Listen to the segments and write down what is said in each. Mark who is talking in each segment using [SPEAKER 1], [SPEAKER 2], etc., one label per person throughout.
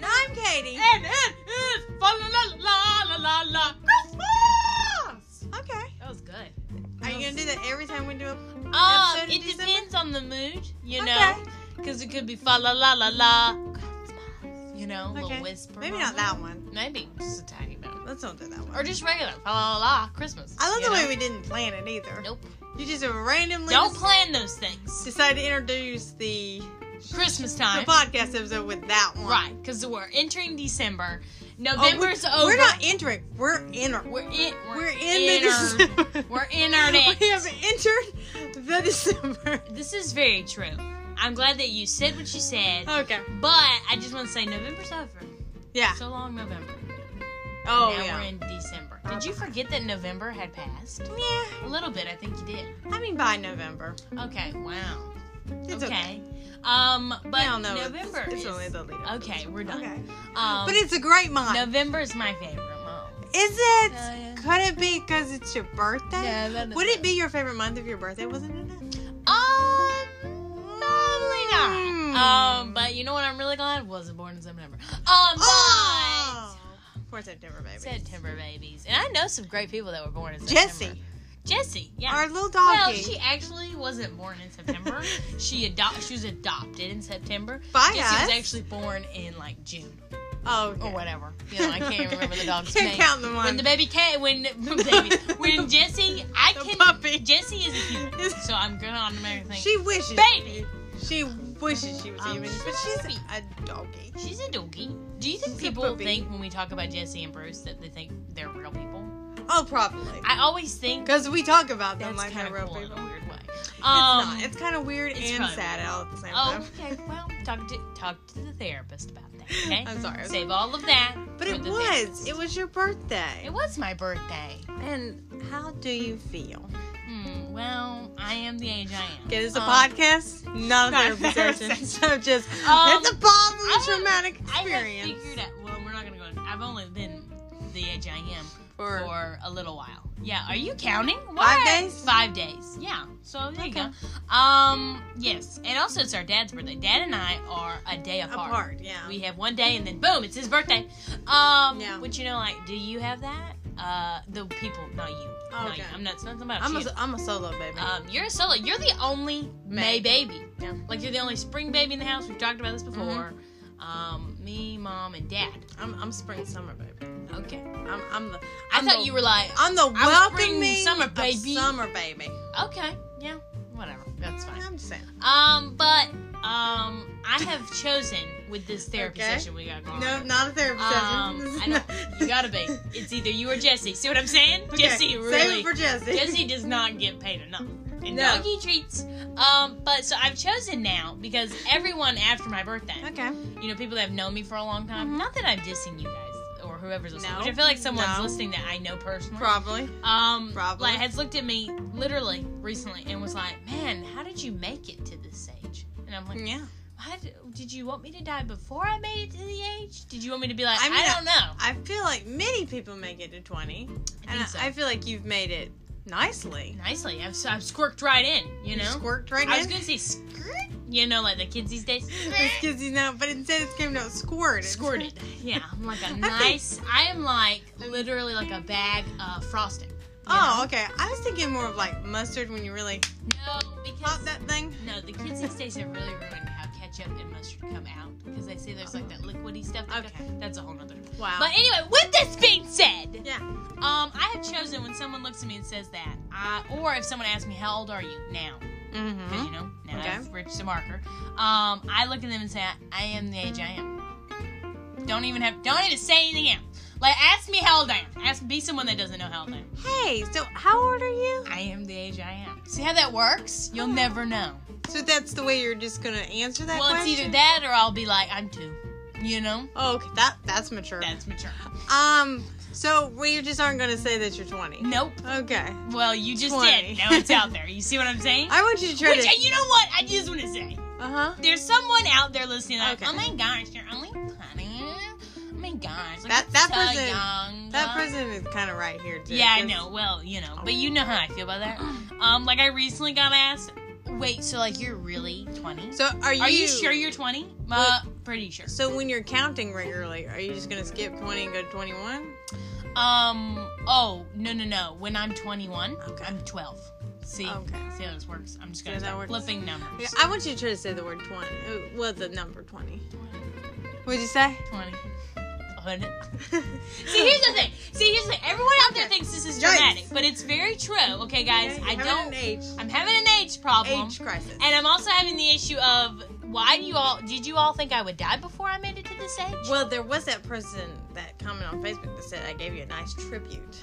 [SPEAKER 1] lady.
[SPEAKER 2] And it is fa la la la la la la Christmas.
[SPEAKER 1] Okay.
[SPEAKER 2] That was good.
[SPEAKER 1] Are you gonna do that every time we do a?
[SPEAKER 2] Um,
[SPEAKER 1] Episode in
[SPEAKER 2] it
[SPEAKER 1] December?
[SPEAKER 2] depends on the mood, you know,
[SPEAKER 1] Okay.
[SPEAKER 2] because it could be fa la la la la. Christmas, You know, a
[SPEAKER 1] Okay.
[SPEAKER 2] little whisper.
[SPEAKER 1] Maybe not that one.
[SPEAKER 2] one. Maybe just a tiny bit,
[SPEAKER 1] Let's not do that one.
[SPEAKER 2] or just regular fa la la la Christmas.
[SPEAKER 1] I love
[SPEAKER 2] you
[SPEAKER 1] the way
[SPEAKER 2] know?
[SPEAKER 1] we didn't plan it either.
[SPEAKER 2] Nope.
[SPEAKER 1] You just randomly
[SPEAKER 2] Don't
[SPEAKER 1] just
[SPEAKER 2] plan those things.
[SPEAKER 1] decided to introduce the
[SPEAKER 2] Christmas
[SPEAKER 1] the
[SPEAKER 2] time.
[SPEAKER 1] podcast episode with that one.
[SPEAKER 2] Right, because we're entering December.
[SPEAKER 1] Oh, we-
[SPEAKER 2] November's over.
[SPEAKER 1] We're not entering. We're enter.
[SPEAKER 2] We're in. We're,
[SPEAKER 1] We're in
[SPEAKER 2] in. our-
[SPEAKER 1] the December.
[SPEAKER 2] we're in our day.
[SPEAKER 1] We have entered the December.
[SPEAKER 2] This is very true. I'm glad that you said what you said,
[SPEAKER 1] Okay.
[SPEAKER 2] but I just want to say November's over.
[SPEAKER 1] Oh. Yeah.
[SPEAKER 2] So long, November. now
[SPEAKER 1] Oh
[SPEAKER 2] we're
[SPEAKER 1] yeah.
[SPEAKER 2] in December. Did you forget that November had passed?
[SPEAKER 1] Yeah.
[SPEAKER 2] A little bit, I think you did.
[SPEAKER 1] I mean by November.
[SPEAKER 2] Okay. Wow.
[SPEAKER 1] It's okay.
[SPEAKER 2] okay. Um, but
[SPEAKER 1] We all know it's-
[SPEAKER 2] November
[SPEAKER 1] It's,
[SPEAKER 2] is
[SPEAKER 1] only the lead up.
[SPEAKER 2] okay. We're done.
[SPEAKER 1] Okay.
[SPEAKER 2] Um,
[SPEAKER 1] But it's a great month.
[SPEAKER 2] November is my favorite month.
[SPEAKER 1] Is
[SPEAKER 2] Oh,
[SPEAKER 1] it?
[SPEAKER 2] yeah.
[SPEAKER 1] Could it be because it's your birthday?
[SPEAKER 2] No, that
[SPEAKER 1] Would
[SPEAKER 2] is-
[SPEAKER 1] it be your favorite month if your birthday wasn't in it?
[SPEAKER 2] Um, normally
[SPEAKER 1] Mm.
[SPEAKER 2] not. Um, but you know what? I'm really glad wasn't born in September. Um,
[SPEAKER 1] Oh! For September, baby.
[SPEAKER 2] but September babies, and I know some great people that were born in September.
[SPEAKER 1] Jesse,
[SPEAKER 2] Jesse, yeah.
[SPEAKER 1] our little doggy.
[SPEAKER 2] well, she actually wasn't born in September. she adopt she was adopted in September.
[SPEAKER 1] By
[SPEAKER 2] Jesse
[SPEAKER 1] us.
[SPEAKER 2] was actually born in like June
[SPEAKER 1] oh, okay.
[SPEAKER 2] or whatever. You know, I can't
[SPEAKER 1] Okay.
[SPEAKER 2] remember the dog's
[SPEAKER 1] Can't
[SPEAKER 2] name.
[SPEAKER 1] count the one.
[SPEAKER 2] When the baby came, when baby, when Jesse, I
[SPEAKER 1] The
[SPEAKER 2] can
[SPEAKER 1] puppy.
[SPEAKER 2] Jesse is a human, so I'm gonna automatically think
[SPEAKER 1] she wishes.
[SPEAKER 2] Baby!
[SPEAKER 1] She wishes she was
[SPEAKER 2] Um,
[SPEAKER 1] human, but she's a doggy.
[SPEAKER 2] She's a dookie. Do you think
[SPEAKER 1] She's a
[SPEAKER 2] people
[SPEAKER 1] puppy.
[SPEAKER 2] think when we talk about Jesse and Bruce that they think they're real people?
[SPEAKER 1] Oh, probably.
[SPEAKER 2] I always think
[SPEAKER 1] Because we talk about them
[SPEAKER 2] that's
[SPEAKER 1] like
[SPEAKER 2] kind
[SPEAKER 1] they're
[SPEAKER 2] of
[SPEAKER 1] real
[SPEAKER 2] cool in
[SPEAKER 1] people.
[SPEAKER 2] a weird way. Um,
[SPEAKER 1] it's not. It's kind of weird
[SPEAKER 2] it's
[SPEAKER 1] and
[SPEAKER 2] probably
[SPEAKER 1] sad all at the same
[SPEAKER 2] oh,
[SPEAKER 1] time.
[SPEAKER 2] okay. Well, talk to talk to the therapist about that. Okay.
[SPEAKER 1] I'm sorry.
[SPEAKER 2] Save all of that.
[SPEAKER 1] But
[SPEAKER 2] for
[SPEAKER 1] it
[SPEAKER 2] the
[SPEAKER 1] was.
[SPEAKER 2] therapist.
[SPEAKER 1] It was your birthday.
[SPEAKER 2] It was my birthday.
[SPEAKER 1] And how do you feel?
[SPEAKER 2] Hmm, well, I am the age I am.
[SPEAKER 1] Okay, this is a
[SPEAKER 2] Um,
[SPEAKER 1] podcast, not
[SPEAKER 2] not
[SPEAKER 1] a
[SPEAKER 2] a
[SPEAKER 1] therapy session.
[SPEAKER 2] therapy
[SPEAKER 1] So just
[SPEAKER 2] Um,
[SPEAKER 1] it's a bomb
[SPEAKER 2] I
[SPEAKER 1] of
[SPEAKER 2] have-
[SPEAKER 1] traumatic
[SPEAKER 2] I have
[SPEAKER 1] experience
[SPEAKER 2] figured out. Well, we're not gonna go. In, I've only been the age I am
[SPEAKER 1] for
[SPEAKER 2] for a little while. Yeah, are you counting?
[SPEAKER 1] five
[SPEAKER 2] What?
[SPEAKER 1] days.
[SPEAKER 2] Five days. Yeah. So there you
[SPEAKER 1] Okay.
[SPEAKER 2] go. Um, yes. And also it's our dad's birthday. Dad and I are a day apart.
[SPEAKER 1] apart. Yeah.
[SPEAKER 2] We have one day and then boom, it's his birthday. Um
[SPEAKER 1] Yeah.
[SPEAKER 2] which you know, like, do you have that? Uh the people, not you. Not
[SPEAKER 1] Oh, okay.
[SPEAKER 2] you. I'm not it's not talking about
[SPEAKER 1] I'm Uh,
[SPEAKER 2] you.
[SPEAKER 1] a, I'm a solo baby.
[SPEAKER 2] um, you're a solo. You're the only May,
[SPEAKER 1] May.
[SPEAKER 2] baby. Like you're the only spring baby in the house. We've talked about this before.
[SPEAKER 1] Mm-hmm.
[SPEAKER 2] Um, me, mom, and dad.
[SPEAKER 1] I'm I'm spring summer baby.
[SPEAKER 2] Okay.
[SPEAKER 1] I'm I'm the
[SPEAKER 2] i
[SPEAKER 1] I'm
[SPEAKER 2] thought
[SPEAKER 1] the,
[SPEAKER 2] you were like,
[SPEAKER 1] I'm the
[SPEAKER 2] was
[SPEAKER 1] welcoming
[SPEAKER 2] spring summer
[SPEAKER 1] of
[SPEAKER 2] baby.
[SPEAKER 1] summer baby.
[SPEAKER 2] okay, yeah, whatever, that's fine.
[SPEAKER 1] I'm just saying.
[SPEAKER 2] Um, but um, I have chosen with this therapy
[SPEAKER 1] Okay.
[SPEAKER 2] session we got going.
[SPEAKER 1] No,
[SPEAKER 2] on,
[SPEAKER 1] not a therapy
[SPEAKER 2] Um,
[SPEAKER 1] session.
[SPEAKER 2] I don't- you gotta be. It's either you or Jesse. See what I'm saying?
[SPEAKER 1] Okay,
[SPEAKER 2] Jesse
[SPEAKER 1] Save
[SPEAKER 2] really.
[SPEAKER 1] it for Jesse.
[SPEAKER 2] Jesse does not get paid enough. And
[SPEAKER 1] No.
[SPEAKER 2] doggy treats. Um, but so I've chosen now because everyone after my birthday,
[SPEAKER 1] Okay.
[SPEAKER 2] you know, people that have known me for a long time.
[SPEAKER 1] Mhm.
[SPEAKER 2] Not that I'm dissing you guys or whoever's listening.
[SPEAKER 1] No.
[SPEAKER 2] Which I feel like someone's
[SPEAKER 1] No.
[SPEAKER 2] listening that I know personally.
[SPEAKER 1] Probably.
[SPEAKER 2] Um,
[SPEAKER 1] Probably.
[SPEAKER 2] like has looked at me literally recently and was like, "Man, how did you make it to this age?" And I'm like,
[SPEAKER 1] Yeah.
[SPEAKER 2] "Why d- did you want me to die before I made it to the age? Did you want me to be like, I,
[SPEAKER 1] I mean,
[SPEAKER 2] don't know?"
[SPEAKER 1] I feel like many people make it to 20,
[SPEAKER 2] I
[SPEAKER 1] and
[SPEAKER 2] think so.
[SPEAKER 1] I feel like you've made it nicely.
[SPEAKER 2] Nicely, I've, I've squirked right in. You know,
[SPEAKER 1] squirked right
[SPEAKER 2] I was
[SPEAKER 1] in.
[SPEAKER 2] gonna say skirt. You know, like the kids these days.
[SPEAKER 1] It's because you know, but instead it's coming out squirted.
[SPEAKER 2] Squirted. Yeah, I'm like a
[SPEAKER 1] think-
[SPEAKER 2] nice. I am like literally like a bag of frosting. you
[SPEAKER 1] Oh, okay. I was thinking more of like mustard when you really
[SPEAKER 2] know? no,
[SPEAKER 1] pop
[SPEAKER 2] because
[SPEAKER 1] that thing.
[SPEAKER 2] No, the kids these days have really ruined how ketchup and mustard come out because they say there's like that liquidy stuff. That
[SPEAKER 1] Okay.
[SPEAKER 2] go- that's a whole nother.
[SPEAKER 1] Wow.
[SPEAKER 2] But anyway, with this being said,
[SPEAKER 1] Yeah.
[SPEAKER 2] um, I have chosen when someone looks at me and says that, I, or if someone asks me how old are you now, because
[SPEAKER 1] mm-hmm.
[SPEAKER 2] you know now
[SPEAKER 1] Okay.
[SPEAKER 2] I've reached a marker, um, I look at them and say I am the age I am. Don't even have, don't even say anything else. Like ask me how old I am. Ask be someone that doesn't know how old I am.
[SPEAKER 1] Hey, so how old are you?
[SPEAKER 2] I am the age I am. See how that works? You'll
[SPEAKER 1] Hmm.
[SPEAKER 2] never know.
[SPEAKER 1] So that's the way you're just gonna answer that
[SPEAKER 2] well,
[SPEAKER 1] question.
[SPEAKER 2] it's either that or I'll be like, I'm two. You know?
[SPEAKER 1] Oh, okay. That that's mature.
[SPEAKER 2] That's mature.
[SPEAKER 1] Um. So we just aren't gonna say that you're 20.
[SPEAKER 2] Nope.
[SPEAKER 1] Okay.
[SPEAKER 2] Well, you just
[SPEAKER 1] 20.
[SPEAKER 2] did. Now it's out there. You see what I'm saying?
[SPEAKER 1] I want you to try
[SPEAKER 2] Which,
[SPEAKER 1] to.
[SPEAKER 2] you know what? I just want to say.
[SPEAKER 1] Uh huh.
[SPEAKER 2] There's someone out there listening like,
[SPEAKER 1] Okay.
[SPEAKER 2] oh my gosh, you're only 20. Oh my gosh. Like,
[SPEAKER 1] That-
[SPEAKER 2] you're
[SPEAKER 1] that
[SPEAKER 2] so
[SPEAKER 1] person-
[SPEAKER 2] young.
[SPEAKER 1] That person Oh. is kind of right here too.
[SPEAKER 2] Yeah, I
[SPEAKER 1] 'cause-
[SPEAKER 2] know. Well, you know. But you know how I feel about that. Um, Like, I recently got asked, wait, so, like, you're really 20?
[SPEAKER 1] So are you?
[SPEAKER 2] Are you sure you're 20? Uh, Pretty sure.
[SPEAKER 1] So when you're counting regularly, are you just gonna skip 20 and go to 21?
[SPEAKER 2] Um. Oh no no no. When I'm 21,
[SPEAKER 1] Okay.
[SPEAKER 2] I'm 12. See.
[SPEAKER 1] Okay.
[SPEAKER 2] See how this works. I'm just
[SPEAKER 1] See
[SPEAKER 2] gonna
[SPEAKER 1] how that
[SPEAKER 2] start
[SPEAKER 1] works?
[SPEAKER 2] flipping numbers.
[SPEAKER 1] Yeah, I want you to try to say the word 20. Uh, Well, the number 20. What'd you say?
[SPEAKER 2] 20. 100. See, here's the thing. See, here's the thing. Everyone out there thinks this is
[SPEAKER 1] Yikes.
[SPEAKER 2] dramatic, but it's very true. Okay, guys. I don't.
[SPEAKER 1] H.
[SPEAKER 2] I'm having an age problem,
[SPEAKER 1] H crisis.
[SPEAKER 2] and I'm also having the issue of why do you all? Did you all think I would die before I made it to this age?
[SPEAKER 1] well, there was that person that commented on Facebook that said I gave you a nice tribute,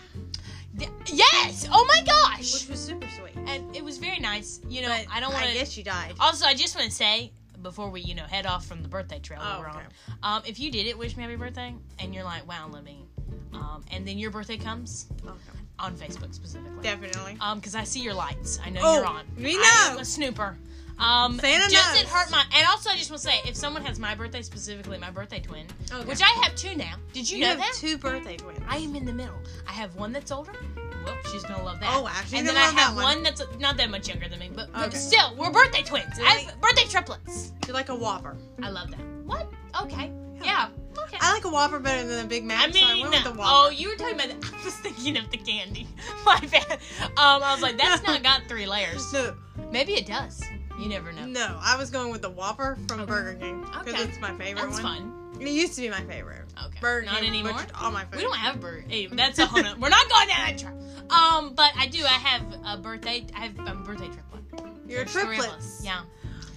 [SPEAKER 2] Th- yes. Oh my gosh.
[SPEAKER 1] which was super sweet.
[SPEAKER 2] And it was very nice. You know,
[SPEAKER 1] But
[SPEAKER 2] I don't want
[SPEAKER 1] I
[SPEAKER 2] to.
[SPEAKER 1] guess you died.
[SPEAKER 2] Also, I just want to say before we, you know, head off from the birthday trail
[SPEAKER 1] Oh,
[SPEAKER 2] we're on,
[SPEAKER 1] okay.
[SPEAKER 2] um, if you did it, wish me happy birthday, and you're like, wow, Libby, um, and then your birthday comes
[SPEAKER 1] Okay.
[SPEAKER 2] on Facebook specifically,
[SPEAKER 1] Oh, Definitely.
[SPEAKER 2] um, because I see your lights, I know
[SPEAKER 1] Oh,
[SPEAKER 2] you're on.
[SPEAKER 1] we
[SPEAKER 2] I
[SPEAKER 1] know.
[SPEAKER 2] am a snooper. Um,
[SPEAKER 1] Santa
[SPEAKER 2] does it
[SPEAKER 1] knows.
[SPEAKER 2] hurt my? And also, I just want to say, if someone has my birthday specifically, my birthday twin,
[SPEAKER 1] Okay.
[SPEAKER 2] which I have two now. Did you,
[SPEAKER 1] you
[SPEAKER 2] know
[SPEAKER 1] have
[SPEAKER 2] that?
[SPEAKER 1] two birthday twins.
[SPEAKER 2] I am in the middle. I have one that's older. Well, she's gonna love that.
[SPEAKER 1] Oh, wow, she's
[SPEAKER 2] and then
[SPEAKER 1] gonna
[SPEAKER 2] I
[SPEAKER 1] love
[SPEAKER 2] have
[SPEAKER 1] that one.
[SPEAKER 2] that's not that much younger than me, but, but
[SPEAKER 1] Okay.
[SPEAKER 2] still, we're birthday twins.
[SPEAKER 1] Do
[SPEAKER 2] I have birthday triplets.
[SPEAKER 1] You're like a Whopper.
[SPEAKER 2] I love that. What? Okay.
[SPEAKER 1] Yeah.
[SPEAKER 2] Yeah. Okay.
[SPEAKER 1] I like a Whopper better than a Big Mac.
[SPEAKER 2] I
[SPEAKER 1] so I went
[SPEAKER 2] mean,
[SPEAKER 1] with the
[SPEAKER 2] oh,
[SPEAKER 1] Whopper.
[SPEAKER 2] you were talking about. The, I was thinking of the candy. My bad. Um, I was like, that's not got three layers.
[SPEAKER 1] no,
[SPEAKER 2] Maybe it does. You never know.
[SPEAKER 1] no, I was going with the Whopper from
[SPEAKER 2] Okay.
[SPEAKER 1] Burger King because
[SPEAKER 2] Okay.
[SPEAKER 1] it's my favorite
[SPEAKER 2] That's
[SPEAKER 1] one.
[SPEAKER 2] fun.
[SPEAKER 1] It used to be my favorite.
[SPEAKER 2] Okay.
[SPEAKER 1] Burger
[SPEAKER 2] not
[SPEAKER 1] King
[SPEAKER 2] anymore.
[SPEAKER 1] butchered all my food.
[SPEAKER 2] We don't have bird. Hey, that's a whole. nother- we're not going down that track. Um, but I do. I have a birthday. I have a birthday triplet.
[SPEAKER 1] You're
[SPEAKER 2] There's three of
[SPEAKER 1] triplets.
[SPEAKER 2] us. Yeah.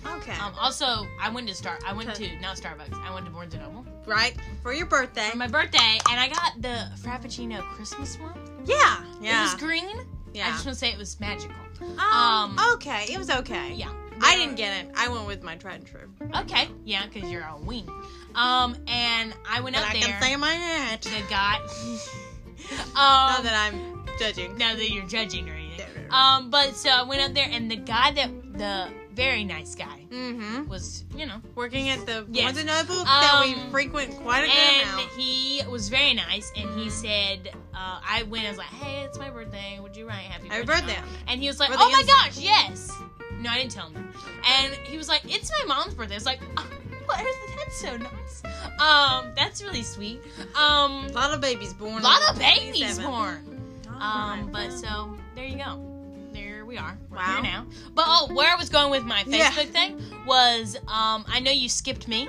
[SPEAKER 1] Okay.
[SPEAKER 2] Um, also, I went to Star. I went
[SPEAKER 1] Okay.
[SPEAKER 2] to not Starbucks. I went to Barnes and Noble
[SPEAKER 1] right for your birthday.
[SPEAKER 2] for my birthday, and I got the Frappuccino Christmas one.
[SPEAKER 1] yeah.
[SPEAKER 2] It
[SPEAKER 1] Yeah.
[SPEAKER 2] was green. I
[SPEAKER 1] yeah.
[SPEAKER 2] just want to say it was magical.
[SPEAKER 1] Um,
[SPEAKER 2] um,
[SPEAKER 1] Okay. It was okay.
[SPEAKER 2] Yeah.
[SPEAKER 1] I didn't get it. I went with my tried and true.
[SPEAKER 2] Okay. Yeah, because you're a wing. Um, and I went
[SPEAKER 1] But
[SPEAKER 2] up
[SPEAKER 1] I
[SPEAKER 2] there.
[SPEAKER 1] can say my hat.
[SPEAKER 2] the guy. um,
[SPEAKER 1] Not that I'm judging.
[SPEAKER 2] now that you're judging or anything.
[SPEAKER 1] No, no, no.
[SPEAKER 2] Um, but so I went up there, and the guy that the very nice guy
[SPEAKER 1] Mm-hmm.
[SPEAKER 2] was, you know,
[SPEAKER 1] Working at the
[SPEAKER 2] Yes.
[SPEAKER 1] Barnes and Noble that we
[SPEAKER 2] Um,
[SPEAKER 1] frequent quite a good
[SPEAKER 2] and
[SPEAKER 1] amount.
[SPEAKER 2] he was very nice, and he said, uh, I went, I was like, hey, it's my birthday. Would you write happy
[SPEAKER 1] Happy
[SPEAKER 2] birthday?
[SPEAKER 1] birthday.
[SPEAKER 2] And he was like,
[SPEAKER 1] Were
[SPEAKER 2] oh
[SPEAKER 1] they
[SPEAKER 2] my
[SPEAKER 1] in-
[SPEAKER 2] gosh, yes. No, I didn't tell him. that. And he was like, it's my mom's birthday. I was like, oh, what is That's so nice. Um, that's really sweet. Um,
[SPEAKER 1] A lot of babies born.
[SPEAKER 2] a
[SPEAKER 1] on
[SPEAKER 2] lot of
[SPEAKER 1] the Oh
[SPEAKER 2] babies
[SPEAKER 1] 27th.
[SPEAKER 2] born. Um,
[SPEAKER 1] Alright.
[SPEAKER 2] but so there you go. There we are. We're
[SPEAKER 1] Wow.
[SPEAKER 2] here now. But oh, where I was going with my Facebook
[SPEAKER 1] Yeah.
[SPEAKER 2] thing was, um, I know you skipped me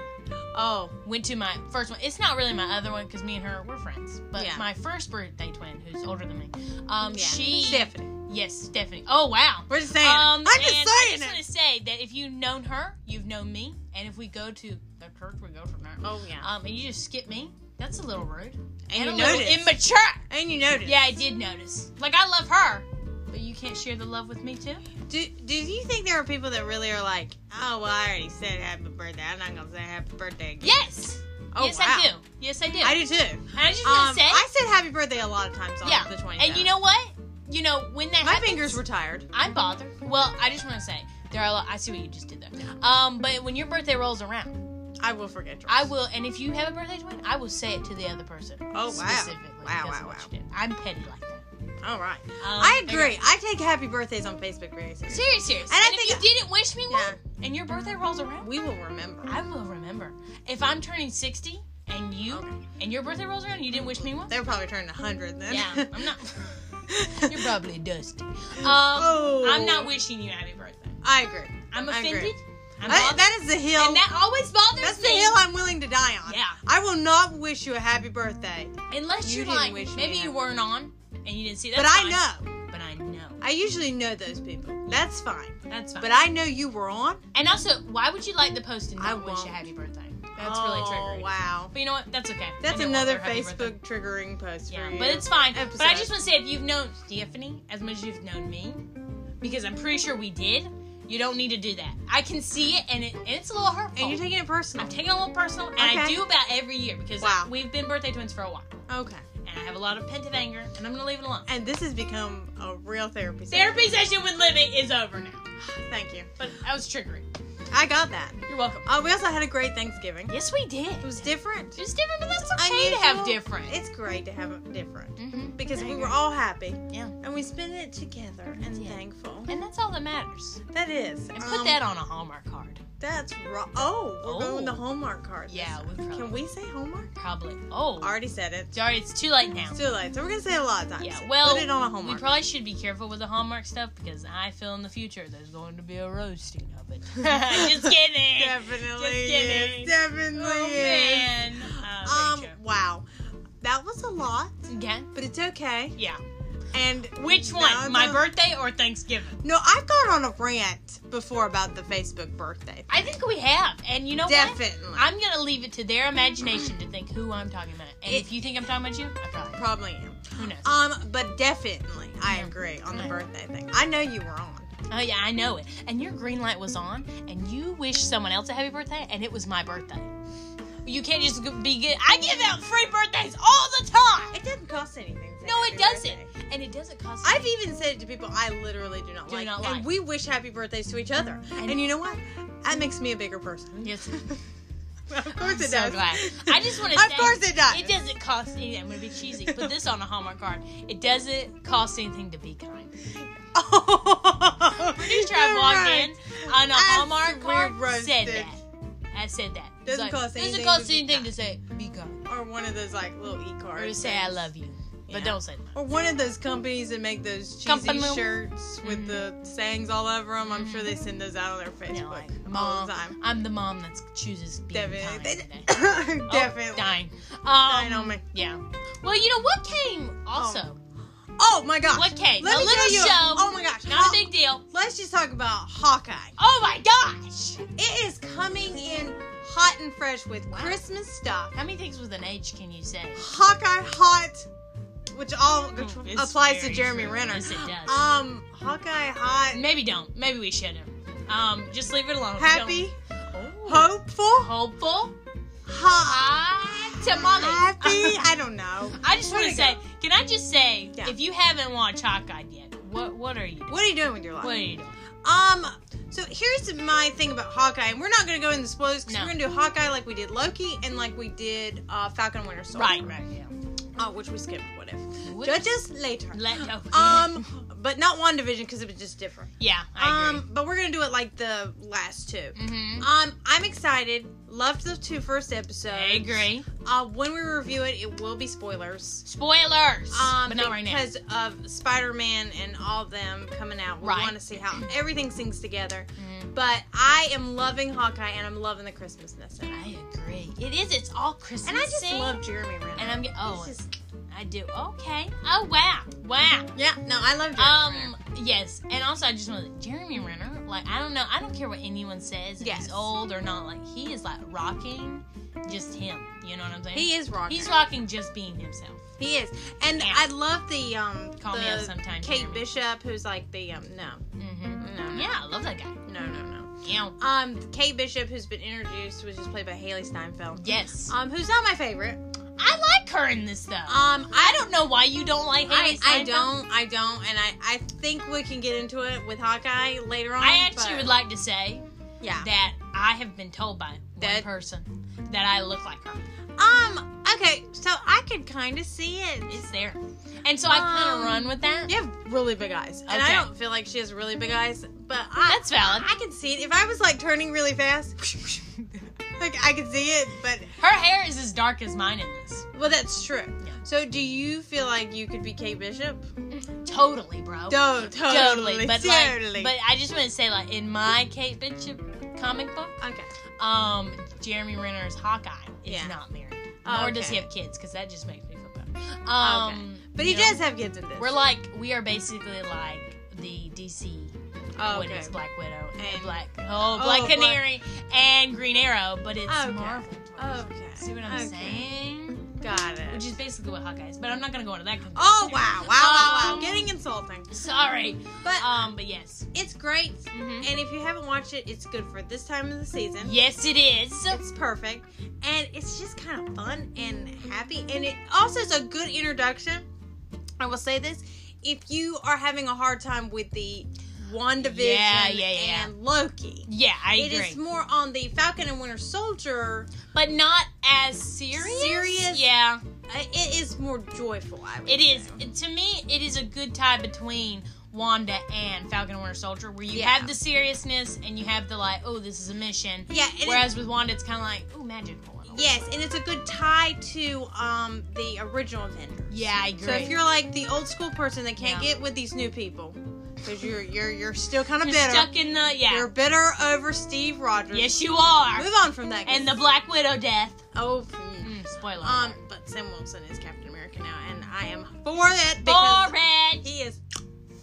[SPEAKER 1] Oh,
[SPEAKER 2] went to my first one. It's not really my other one because me and her we're friends. But
[SPEAKER 1] Yeah.
[SPEAKER 2] my first birthday twin, who's older than me, um,
[SPEAKER 1] yeah.
[SPEAKER 2] she
[SPEAKER 1] Stephanie.
[SPEAKER 2] yes Stephanie. Oh wow.
[SPEAKER 1] We're just saying. it. I'm
[SPEAKER 2] Um,
[SPEAKER 1] just
[SPEAKER 2] and I
[SPEAKER 1] saying
[SPEAKER 2] just
[SPEAKER 1] it.
[SPEAKER 2] want to say that if you've known her, you've known me, and if we go to the church, we go from there.
[SPEAKER 1] Oh yeah.
[SPEAKER 2] Um, and you just skip me. That's a little rude
[SPEAKER 1] and
[SPEAKER 2] a
[SPEAKER 1] you
[SPEAKER 2] little
[SPEAKER 1] noticed.
[SPEAKER 2] immature.
[SPEAKER 1] and you noticed.
[SPEAKER 2] Yeah, I did notice. Like I love her, but you can't share the love with me too.
[SPEAKER 1] Do Do you think there are people that really are like, oh well, I already said happy birthday. I'm not gonna say happy birthday again.
[SPEAKER 2] Yes.
[SPEAKER 1] Oh
[SPEAKER 2] yes,
[SPEAKER 1] wow.
[SPEAKER 2] I do. Yes, I do.
[SPEAKER 1] I do too.
[SPEAKER 2] and I just
[SPEAKER 1] Um,
[SPEAKER 2] want to say,
[SPEAKER 1] I said happy birthday a lot of times on
[SPEAKER 2] Yeah,
[SPEAKER 1] the 20th.
[SPEAKER 2] and you know what? You know when that
[SPEAKER 1] my
[SPEAKER 2] happens,
[SPEAKER 1] fingers were tired.
[SPEAKER 2] I'm bothered. Well, I just want to say there are. A lot, I see what you just did there. Um, but when your birthday rolls around,
[SPEAKER 1] I will forget. yours.
[SPEAKER 2] I will, and if you have a birthday twin, I will say it to the other person.
[SPEAKER 1] Oh, wow.
[SPEAKER 2] Specifically,
[SPEAKER 1] Wow,
[SPEAKER 2] because of
[SPEAKER 1] wow,
[SPEAKER 2] what
[SPEAKER 1] wow.
[SPEAKER 2] you did. I'm petty like that. Um,
[SPEAKER 1] All right. I
[SPEAKER 2] there you
[SPEAKER 1] agree. I take happy birthdays on Facebook very
[SPEAKER 2] go.
[SPEAKER 1] seriously.
[SPEAKER 2] Serious, serious.
[SPEAKER 1] And I
[SPEAKER 2] And, if
[SPEAKER 1] think-
[SPEAKER 2] you didn't wish me one,
[SPEAKER 1] Yeah.
[SPEAKER 2] and your birthday rolls around,
[SPEAKER 1] We will remember.
[SPEAKER 2] I will remember. If I'm turning sixty, and you,
[SPEAKER 1] Okay.
[SPEAKER 2] and your birthday rolls around, and you didn't wish me one.
[SPEAKER 1] They're probably turning 100 then.
[SPEAKER 2] Yeah, I'm not. You're
[SPEAKER 1] brother.
[SPEAKER 2] probably dusty. Um,
[SPEAKER 1] Oh.
[SPEAKER 2] I'm not wishing you happy birthday.
[SPEAKER 1] I agree.
[SPEAKER 2] I'm
[SPEAKER 1] I agree.
[SPEAKER 2] offended. I'm
[SPEAKER 1] That-
[SPEAKER 2] bothered.
[SPEAKER 1] that is the hill.
[SPEAKER 2] and that always bothers
[SPEAKER 1] that's the
[SPEAKER 2] me.
[SPEAKER 1] hill I'm willing to die on.
[SPEAKER 2] Yeah.
[SPEAKER 1] I will not wish you a happy birthday,
[SPEAKER 2] Unless
[SPEAKER 1] You
[SPEAKER 2] you,
[SPEAKER 1] didn't
[SPEAKER 2] like,
[SPEAKER 1] wish me
[SPEAKER 2] maybe
[SPEAKER 1] happy.
[SPEAKER 2] you weren't on and you didn't see that.
[SPEAKER 1] but I know.
[SPEAKER 2] But I know.
[SPEAKER 1] I usually know those people. That's fine.
[SPEAKER 2] That's fine.
[SPEAKER 1] But I know you were on.
[SPEAKER 2] and also, why would you like the post and
[SPEAKER 1] I
[SPEAKER 2] not wish
[SPEAKER 1] won't.
[SPEAKER 2] a happy birthday? That's
[SPEAKER 1] oh,
[SPEAKER 2] really triggering.
[SPEAKER 1] wow.
[SPEAKER 2] But you know what? That's okay. I
[SPEAKER 1] That's
[SPEAKER 2] don't want
[SPEAKER 1] another
[SPEAKER 2] their happy birthday.
[SPEAKER 1] Facebook triggering post
[SPEAKER 2] Yeah,
[SPEAKER 1] for you.
[SPEAKER 2] but it's fine. But I
[SPEAKER 1] episode.
[SPEAKER 2] just want to say, if you've known Stephanie as much as you've known me, because I'm pretty sure we did, you don't need to do that. I can see it, and, it, and it's a little hurtful.
[SPEAKER 1] and you're taking it personal.
[SPEAKER 2] I'm taking it a little personal, and I
[SPEAKER 1] Okay.
[SPEAKER 2] do about every year because
[SPEAKER 1] Wow.
[SPEAKER 2] we've been birthday twins for a while,
[SPEAKER 1] okay.
[SPEAKER 2] and I have a lot of pent up anger, and I'm gonna leave it alone.
[SPEAKER 1] And this has become a real therapy. session.
[SPEAKER 2] Therapy session with Livy is over now.
[SPEAKER 1] Thank you.
[SPEAKER 2] But I was triggering.
[SPEAKER 1] I got that.
[SPEAKER 2] You're welcome.
[SPEAKER 1] Uh, we also had a great Thanksgiving.
[SPEAKER 2] Yes, we did.
[SPEAKER 1] It was different.
[SPEAKER 2] It was different, but that's
[SPEAKER 1] It's
[SPEAKER 2] okay to have
[SPEAKER 1] unusual.
[SPEAKER 2] different.
[SPEAKER 1] It's great to have it different
[SPEAKER 2] mm-hmm.
[SPEAKER 1] because
[SPEAKER 2] I
[SPEAKER 1] we
[SPEAKER 2] agree.
[SPEAKER 1] were all happy.
[SPEAKER 2] Yeah.
[SPEAKER 1] And we spent it together and
[SPEAKER 2] Yeah.
[SPEAKER 1] thankful.
[SPEAKER 2] And that's all that matters.
[SPEAKER 1] That is.
[SPEAKER 2] And put
[SPEAKER 1] um,
[SPEAKER 2] that on a Hallmark card.
[SPEAKER 1] That's raw. Oh, we're going with the
[SPEAKER 2] Oh.
[SPEAKER 1] Hallmark card. this
[SPEAKER 2] Yeah,
[SPEAKER 1] time.
[SPEAKER 2] we probably-
[SPEAKER 1] Can we say Hallmark?
[SPEAKER 2] Probably. Oh,
[SPEAKER 1] Already said it.
[SPEAKER 2] sorry, it's too late now.
[SPEAKER 1] It's too late. So we're gonna say it a lot of times.
[SPEAKER 2] Yeah, well,
[SPEAKER 1] put it on a
[SPEAKER 2] We
[SPEAKER 1] Hallmark.
[SPEAKER 2] probably should be careful with the Hallmark stuff because I feel in the future there's going to be a roasting of it. Just kidding.
[SPEAKER 1] Definitely.
[SPEAKER 2] Just kidding.
[SPEAKER 1] is. Definitely.
[SPEAKER 2] Oh
[SPEAKER 1] is.
[SPEAKER 2] man. Uh,
[SPEAKER 1] Um. Wow. That was a lot,
[SPEAKER 2] Rachel. Again?
[SPEAKER 1] but it's okay.
[SPEAKER 2] Yeah.
[SPEAKER 1] And
[SPEAKER 2] Which
[SPEAKER 1] now
[SPEAKER 2] one?
[SPEAKER 1] it's
[SPEAKER 2] My
[SPEAKER 1] a-
[SPEAKER 2] birthday or Thanksgiving?
[SPEAKER 1] No, I've gone on a rant before about the Facebook birthday.
[SPEAKER 2] I think we have. And you know what?
[SPEAKER 1] Definitely.
[SPEAKER 2] I'm gonna leave it to their imagination to think who I'm talking about. And
[SPEAKER 1] It-
[SPEAKER 2] if you think I'm talking about you, I probably am.
[SPEAKER 1] probably am.
[SPEAKER 2] who knows.
[SPEAKER 1] Um, but definitely, I
[SPEAKER 2] Yeah.
[SPEAKER 1] agree on the
[SPEAKER 2] Yeah.
[SPEAKER 1] birthday thing. I know you were on.
[SPEAKER 2] Oh yeah, I know it. And your green light was on, and you wished someone else a happy birthday, and it was my birthday. You can't just be good. I give out free birthdays all the time.
[SPEAKER 1] It doesn't cost anything. to say
[SPEAKER 2] No,
[SPEAKER 1] happy
[SPEAKER 2] it doesn't,
[SPEAKER 1] birthday.
[SPEAKER 2] and it doesn't cost.
[SPEAKER 1] I've even said it to people I literally do not
[SPEAKER 2] Do
[SPEAKER 1] like.
[SPEAKER 2] not like.
[SPEAKER 1] And we wish happy birthdays to each other.
[SPEAKER 2] I
[SPEAKER 1] And,
[SPEAKER 2] know.
[SPEAKER 1] you know what? That makes me a bigger person.
[SPEAKER 2] Yes.
[SPEAKER 1] of course
[SPEAKER 2] I'm
[SPEAKER 1] it
[SPEAKER 2] so
[SPEAKER 1] does.
[SPEAKER 2] glad. I just wanna
[SPEAKER 1] Of
[SPEAKER 2] say-
[SPEAKER 1] course it does.
[SPEAKER 2] It doesn't cost anything. I'm gonna be cheesy. Put this on a Hallmark card. It doesn't cost anything to be kind.
[SPEAKER 1] Oh,
[SPEAKER 2] Producer, I
[SPEAKER 1] you're
[SPEAKER 2] walked
[SPEAKER 1] right.
[SPEAKER 2] in on a
[SPEAKER 1] As
[SPEAKER 2] Hallmark
[SPEAKER 1] we're
[SPEAKER 2] card. Said
[SPEAKER 1] roasted.
[SPEAKER 2] that. I said that. It's
[SPEAKER 1] Doesn't cost
[SPEAKER 2] Doesn't
[SPEAKER 1] anything
[SPEAKER 2] cost
[SPEAKER 1] to be
[SPEAKER 2] anything
[SPEAKER 1] kind.
[SPEAKER 2] to say be kind.
[SPEAKER 1] Or one of those like little e cards.
[SPEAKER 2] Or to say I love you, but don't say that.
[SPEAKER 1] Or one of those companies that make those cheesy
[SPEAKER 2] Company. Mm-hmm.
[SPEAKER 1] shirts with the sayings all over them. I'm sure they send those out on their Facebook
[SPEAKER 2] No, like,
[SPEAKER 1] all
[SPEAKER 2] mom,
[SPEAKER 1] the time.
[SPEAKER 2] I'm the mom that chooses being kind
[SPEAKER 1] Definitely.
[SPEAKER 2] today.
[SPEAKER 1] They-
[SPEAKER 2] Oh,
[SPEAKER 1] Definitely.
[SPEAKER 2] dying. Um,
[SPEAKER 1] Dying on me.
[SPEAKER 2] Yeah. Well, you know what came also?
[SPEAKER 1] Oh my gosh.
[SPEAKER 2] What came?
[SPEAKER 1] Let
[SPEAKER 2] a
[SPEAKER 1] me
[SPEAKER 2] little
[SPEAKER 1] tell you.
[SPEAKER 2] show.
[SPEAKER 1] Oh my gosh.
[SPEAKER 2] Not
[SPEAKER 1] How-
[SPEAKER 2] a big deal.
[SPEAKER 1] Let's just talk about Hawkeye.
[SPEAKER 2] Oh my gosh!
[SPEAKER 1] It is coming in hot and fresh with
[SPEAKER 2] Wow.
[SPEAKER 1] Christmas stuff.
[SPEAKER 2] How many things with an H can you say?
[SPEAKER 1] Hawkeye hot, which all which
[SPEAKER 2] Mm, It's
[SPEAKER 1] applies to
[SPEAKER 2] very
[SPEAKER 1] Jeremy
[SPEAKER 2] true.
[SPEAKER 1] Renner.
[SPEAKER 2] Yes, it does. Mm,
[SPEAKER 1] Um, Hawkeye hot,
[SPEAKER 2] Maybe don't. Maybe we shouldn't. Um, just leave it alone.
[SPEAKER 1] happy,
[SPEAKER 2] Don't- Oh.
[SPEAKER 1] hopeful,
[SPEAKER 2] Hopeful.
[SPEAKER 1] hot,
[SPEAKER 2] Ah, tamale.
[SPEAKER 1] happy. I don't know.
[SPEAKER 2] I just
[SPEAKER 1] Where'd
[SPEAKER 2] want to
[SPEAKER 1] it
[SPEAKER 2] say, can I just say,
[SPEAKER 1] Yeah.
[SPEAKER 2] if you haven't watched Hawkeye yet, what what are you doing?
[SPEAKER 1] What are you doing with your life?
[SPEAKER 2] What are you doing?
[SPEAKER 1] Um, so here's my thing about Hawkeye, and we're not gonna go into spoilers because
[SPEAKER 2] No.
[SPEAKER 1] we're gonna do Hawkeye like we did Loki and like we did uh, Falcon and Winter Soldier,
[SPEAKER 2] Right, right, yeah.
[SPEAKER 1] Uh, which we skipped. What if?
[SPEAKER 2] What-
[SPEAKER 1] Judges later.
[SPEAKER 2] Let oh, yeah.
[SPEAKER 1] Um, but not WandaVision because it was just different.
[SPEAKER 2] Yeah, I agree.
[SPEAKER 1] Um, but we're gonna do it like the last two.
[SPEAKER 2] Mm-hmm.
[SPEAKER 1] Um, I'm excited. Loved the two first episodes.
[SPEAKER 2] I agree.
[SPEAKER 1] Uh, when we review it, it will be spoilers.
[SPEAKER 2] Spoilers,
[SPEAKER 1] Um,
[SPEAKER 2] but not right now.
[SPEAKER 1] because of Spider-Man and all them coming out. We
[SPEAKER 2] Right.
[SPEAKER 1] want to see how everything sings together.
[SPEAKER 2] Mhm.
[SPEAKER 1] But I am loving Hawkeye and I'm loving the Christmasness in it.
[SPEAKER 2] I agree. It is. It's all Christmas.
[SPEAKER 1] And I just
[SPEAKER 2] thing.
[SPEAKER 1] love Jeremy Renner.
[SPEAKER 2] And I'm get- oh,
[SPEAKER 1] He's just-
[SPEAKER 2] I do. Okay. Oh wow, wow.
[SPEAKER 1] yeah, no, I love Jeremy
[SPEAKER 2] Um,
[SPEAKER 1] Renner.
[SPEAKER 2] yes. And also, I just want to Jeremy Renner. Like, I don't know. I don't care what anyone says. If
[SPEAKER 1] Yes.
[SPEAKER 2] he's old or not. Like, he is like rocking, just him. You know what I'm saying?
[SPEAKER 1] He is rocking.
[SPEAKER 2] He's rocking, just being himself.
[SPEAKER 1] He is. And
[SPEAKER 2] Yeah.
[SPEAKER 1] I love the um
[SPEAKER 2] Call me
[SPEAKER 1] the
[SPEAKER 2] up sometime.
[SPEAKER 1] Kate
[SPEAKER 2] Jeremy.
[SPEAKER 1] Bishop who's like the um no.
[SPEAKER 2] Mm-hmm.
[SPEAKER 1] No, no.
[SPEAKER 2] Yeah, I love that guy.
[SPEAKER 1] No, no, no.
[SPEAKER 2] Yeah.
[SPEAKER 1] Um Kate Bishop who's been introduced was just played by Haley Steinfeld.
[SPEAKER 2] Yes.
[SPEAKER 1] Um who's not my favorite.
[SPEAKER 2] I like her in this though.
[SPEAKER 1] Um I
[SPEAKER 2] Um, I don't know why you don't like Haley
[SPEAKER 1] I, I
[SPEAKER 2] Steinfeld.
[SPEAKER 1] don't I don't and I I think we can get into it with Hawkeye later on.
[SPEAKER 2] I actually
[SPEAKER 1] but-
[SPEAKER 2] would like to say
[SPEAKER 1] Yeah.
[SPEAKER 2] that I have been told by one
[SPEAKER 1] That-
[SPEAKER 2] person that I look like her.
[SPEAKER 1] Um okay, so I could kind of see it.
[SPEAKER 2] It's there, and so I kind
[SPEAKER 1] Um,
[SPEAKER 2] of run with that.
[SPEAKER 1] You have really big eyes, and I
[SPEAKER 2] Okay.
[SPEAKER 1] don't feel like she has really big eyes, but I,
[SPEAKER 2] That's valid.
[SPEAKER 1] I can see it. If I was like turning really fast, like I could see it. But
[SPEAKER 2] Her hair is as dark as mine in this.
[SPEAKER 1] well, that's true.
[SPEAKER 2] Yeah.
[SPEAKER 1] So, do you feel like you could be Kate Bishop?
[SPEAKER 2] Totally, bro.
[SPEAKER 1] No, totally, totally,
[SPEAKER 2] Oh, but like, but I just want to say, like, in my Kate Bishop comic book,
[SPEAKER 1] okay,
[SPEAKER 2] um, Jeremy Renner's Hawkeye is
[SPEAKER 1] Yeah.
[SPEAKER 2] not married,
[SPEAKER 1] Oh,
[SPEAKER 2] nor does he
[SPEAKER 1] okay.
[SPEAKER 2] have kids, because that just makes me feel better. Um,
[SPEAKER 1] but
[SPEAKER 2] you
[SPEAKER 1] he
[SPEAKER 2] know,
[SPEAKER 1] does have kids in this.
[SPEAKER 2] We're like, we are basically like the DC
[SPEAKER 1] oh,
[SPEAKER 2] What is Black Widow and,
[SPEAKER 1] And-
[SPEAKER 2] Black Oh, Black
[SPEAKER 1] Oh, Black- Oh,
[SPEAKER 2] Canary and Green Arrow, but it's
[SPEAKER 1] Okay.
[SPEAKER 2] Marvel. version.
[SPEAKER 1] Okay.
[SPEAKER 2] See what I'm
[SPEAKER 1] Okay.
[SPEAKER 2] saying?
[SPEAKER 1] Got it.
[SPEAKER 2] Which is basically what Hawkeye is, but I'm not gonna go into that. conclusion.
[SPEAKER 1] oh wow, wow, wow, wow!
[SPEAKER 2] Um,
[SPEAKER 1] Getting insulting,
[SPEAKER 2] Sorry,
[SPEAKER 1] but
[SPEAKER 2] um, but yes,
[SPEAKER 1] it's great.
[SPEAKER 2] Mhm.
[SPEAKER 1] And if you haven't watched it, it's good for this time of the season.
[SPEAKER 2] yes, it is.
[SPEAKER 1] It's perfect, and it's just kind of fun and happy, and it also is a good introduction. I will say this: if you are having a hard time with the WandaVision
[SPEAKER 2] Yeah, yeah, yeah.
[SPEAKER 1] and Loki.
[SPEAKER 2] Yeah, I
[SPEAKER 1] It
[SPEAKER 2] agree.
[SPEAKER 1] is more on the Falcon and Winter Soldier.
[SPEAKER 2] but not as serious.
[SPEAKER 1] Serious?
[SPEAKER 2] Yeah,
[SPEAKER 1] I- Uh, It is more joyful. I would
[SPEAKER 2] it is.
[SPEAKER 1] say.
[SPEAKER 2] To me, it is a good tie between Wanda and Falcon and Winter Soldier, where you
[SPEAKER 1] Yeah.
[SPEAKER 2] have the seriousness and you have the like, oh, this is a mission.
[SPEAKER 1] Yeah. and it-
[SPEAKER 2] Whereas with Wanda, it's kind of like, oh, magic. going on."
[SPEAKER 1] yes, and it's a good tie to um the original Avengers.
[SPEAKER 2] Yeah, I agree.
[SPEAKER 1] So if you're like the old school person that can't
[SPEAKER 2] Yeah.
[SPEAKER 1] get with these new people, because you're you're you're still kind of
[SPEAKER 2] You're
[SPEAKER 1] bitter.
[SPEAKER 2] stuck in the yeah,
[SPEAKER 1] You're bitter over Steve Rogers.
[SPEAKER 2] yes, you are.
[SPEAKER 1] Move on from that. 'cause-
[SPEAKER 2] And the Black Widow death.
[SPEAKER 1] oh, mm.
[SPEAKER 2] Mm, spoiler.
[SPEAKER 1] um,
[SPEAKER 2] alert.
[SPEAKER 1] but Sam Wilson is Captain America now, and I am for it because
[SPEAKER 2] Boring.
[SPEAKER 1] he is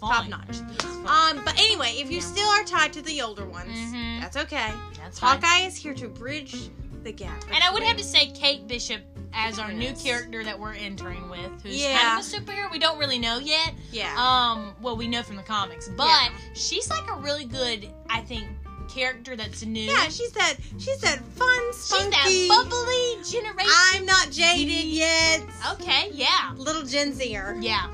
[SPEAKER 1] top
[SPEAKER 2] Fine.
[SPEAKER 1] notch.
[SPEAKER 2] It's fine.
[SPEAKER 1] Um, but anyway, if you
[SPEAKER 2] Yeah.
[SPEAKER 1] still are tied to the older ones,
[SPEAKER 2] Mhm.
[SPEAKER 1] that's okay.
[SPEAKER 2] That's fine.
[SPEAKER 1] Hawkeye is here to bridge the gap.
[SPEAKER 2] And I would have to say Kate Bishop as our new
[SPEAKER 1] Yes.
[SPEAKER 2] character that we're entering with, who's
[SPEAKER 1] Yeah.
[SPEAKER 2] kind of a superhero. We don't really know yet.
[SPEAKER 1] yeah,
[SPEAKER 2] Um, well, we know from the comics, but
[SPEAKER 1] Yeah.
[SPEAKER 2] she's like a really good, I think, character that's new.
[SPEAKER 1] yeah, she's that she's that fun,
[SPEAKER 2] um, she's
[SPEAKER 1] spunky.
[SPEAKER 2] that bubbly Mm-hmm. Oh, generation.
[SPEAKER 1] I'm not jaded
[SPEAKER 2] Gee.
[SPEAKER 1] yet.
[SPEAKER 2] okay, yeah,
[SPEAKER 1] Little Gen Zer.
[SPEAKER 2] yeah,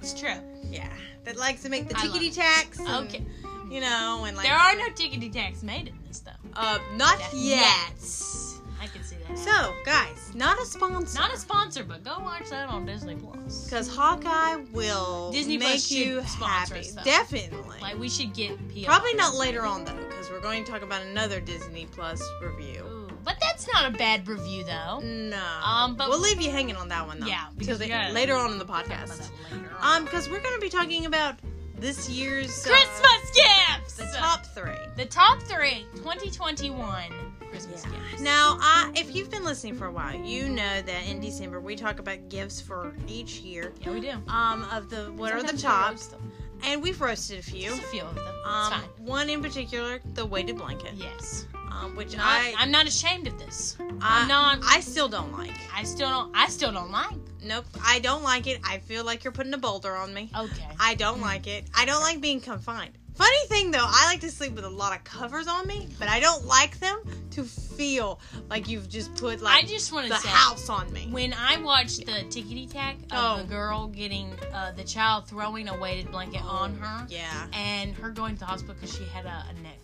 [SPEAKER 2] it's true.
[SPEAKER 1] Yeah, that likes to make the
[SPEAKER 2] I love
[SPEAKER 1] tickety tacks. and,
[SPEAKER 2] Okay,
[SPEAKER 1] you know, and like
[SPEAKER 2] there are no tickety tacks made in this though.
[SPEAKER 1] uh, not
[SPEAKER 2] That-
[SPEAKER 1] yet.
[SPEAKER 2] Yes. I can see that.
[SPEAKER 1] So, guys, not a sponsor.
[SPEAKER 2] Not a sponsor, but go watch that on Disney Plus.
[SPEAKER 1] Because Hawkeye will
[SPEAKER 2] Disney
[SPEAKER 1] make
[SPEAKER 2] Plus should
[SPEAKER 1] you
[SPEAKER 2] sponsor
[SPEAKER 1] happy.
[SPEAKER 2] us, though.
[SPEAKER 1] Definitely.
[SPEAKER 2] Like we should get PO.
[SPEAKER 1] Probably not later on though, because we're going to talk about another Disney Plus review.
[SPEAKER 2] Ooh, but that's not a bad review though.
[SPEAKER 1] No.
[SPEAKER 2] Um, but-
[SPEAKER 1] we'll leave you hanging on that one though.
[SPEAKER 2] Yeah,
[SPEAKER 1] Till
[SPEAKER 2] because we
[SPEAKER 1] the-
[SPEAKER 2] gotta-
[SPEAKER 1] later on in the
[SPEAKER 2] Talk about
[SPEAKER 1] podcast.
[SPEAKER 2] that later on.
[SPEAKER 1] Um, because we're going to be talking about this year's uh,
[SPEAKER 2] Christmas gifts.
[SPEAKER 1] the top three.
[SPEAKER 2] The top three, 2021 Christmas
[SPEAKER 1] Yeah.
[SPEAKER 2] gifts.
[SPEAKER 1] Now, I, if you've been listening for a while, you know that in December we talk about gifts for each year.
[SPEAKER 2] yeah, we do.
[SPEAKER 1] Um, of the what are the
[SPEAKER 2] Sometimes we roast
[SPEAKER 1] tops,
[SPEAKER 2] them.
[SPEAKER 1] and we've roasted a few.
[SPEAKER 2] Just a few of them.
[SPEAKER 1] Um,
[SPEAKER 2] it's
[SPEAKER 1] one in particular, the weighted blanket,
[SPEAKER 2] fine. Yes.
[SPEAKER 1] um, which
[SPEAKER 2] I,
[SPEAKER 1] I,
[SPEAKER 2] I'm not ashamed of this.
[SPEAKER 1] I,
[SPEAKER 2] I'm not.
[SPEAKER 1] I still don't like.
[SPEAKER 2] I still don't. I still don't like.
[SPEAKER 1] Nope, I don't like it. I feel like you're putting a boulder on me.
[SPEAKER 2] Okay.
[SPEAKER 1] I don't like it. I don't like being confined. Funny thing though, I like to sleep with a lot of covers on me, but I don't like them to feel like you've just put
[SPEAKER 2] I
[SPEAKER 1] like
[SPEAKER 2] just want
[SPEAKER 1] the
[SPEAKER 2] to say.
[SPEAKER 1] house on me.
[SPEAKER 2] When I watched the tickety tack of
[SPEAKER 1] Oh.
[SPEAKER 2] the girl getting uh, the child throwing a weighted blanket on her
[SPEAKER 1] Oh, Yeah.
[SPEAKER 2] and her going to the hospital because she had a, a neck,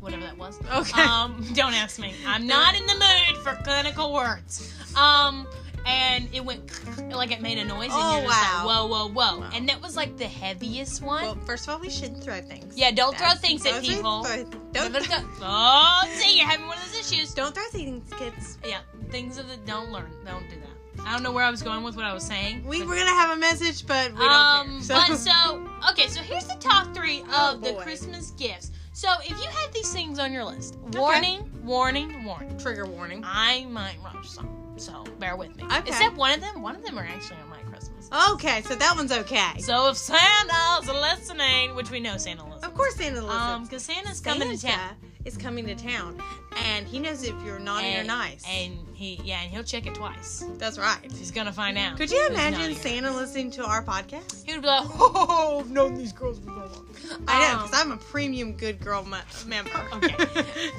[SPEAKER 2] whatever that was.
[SPEAKER 1] Okay.
[SPEAKER 2] Um, don't ask me. I'm not in the mood for clinical words. Um, and it went like it made a noise. And
[SPEAKER 1] Oh,
[SPEAKER 2] you're just
[SPEAKER 1] wow.
[SPEAKER 2] Like, whoa, whoa, whoa!
[SPEAKER 1] Wow.
[SPEAKER 2] And that was like the heaviest one.
[SPEAKER 1] well, first of all, we shouldn't throw things.
[SPEAKER 2] Um, yeah, don't throw
[SPEAKER 1] That's-
[SPEAKER 2] things at
[SPEAKER 1] those are-
[SPEAKER 2] people.
[SPEAKER 1] throw-
[SPEAKER 2] Don't
[SPEAKER 1] don't
[SPEAKER 2] throw- oh, see, you're having one of those issues.
[SPEAKER 1] don't throw things, kids.
[SPEAKER 2] Yeah, things of the don't learn. Don't do that. I don't know where I was going with what I was saying.
[SPEAKER 1] We
[SPEAKER 2] but-
[SPEAKER 1] were gonna have a message, but we don't
[SPEAKER 2] um,
[SPEAKER 1] care. So,
[SPEAKER 2] but so okay, so here's the top three of
[SPEAKER 1] Oh,
[SPEAKER 2] the
[SPEAKER 1] boy.
[SPEAKER 2] Christmas gifts. So if you had these things on your list, warning, warning, warning.
[SPEAKER 1] trigger warning.
[SPEAKER 2] I might rush some, so bear with me.
[SPEAKER 1] Okay.
[SPEAKER 2] Except one of them. One of them are actually on my Christmas. list.
[SPEAKER 1] Okay, so that one's okay.
[SPEAKER 2] So if Santa's listening, which we know Santa listens,
[SPEAKER 1] Of course, Santa listens.
[SPEAKER 2] um, because Santa's coming to town,
[SPEAKER 1] Is coming to town, and he knows if you're naughty
[SPEAKER 2] And-
[SPEAKER 1] or nice.
[SPEAKER 2] and he yeah, and he'll check it twice.
[SPEAKER 1] That's right.
[SPEAKER 2] He's gonna find out.
[SPEAKER 1] Could you
[SPEAKER 2] who's
[SPEAKER 1] imagine
[SPEAKER 2] naughty or
[SPEAKER 1] Santa listening to our podcast?
[SPEAKER 2] He would be like, oh, I've known these girls for so long.
[SPEAKER 1] I know,
[SPEAKER 2] Um,
[SPEAKER 1] because I'm a premium good girl mu- member.
[SPEAKER 2] Okay.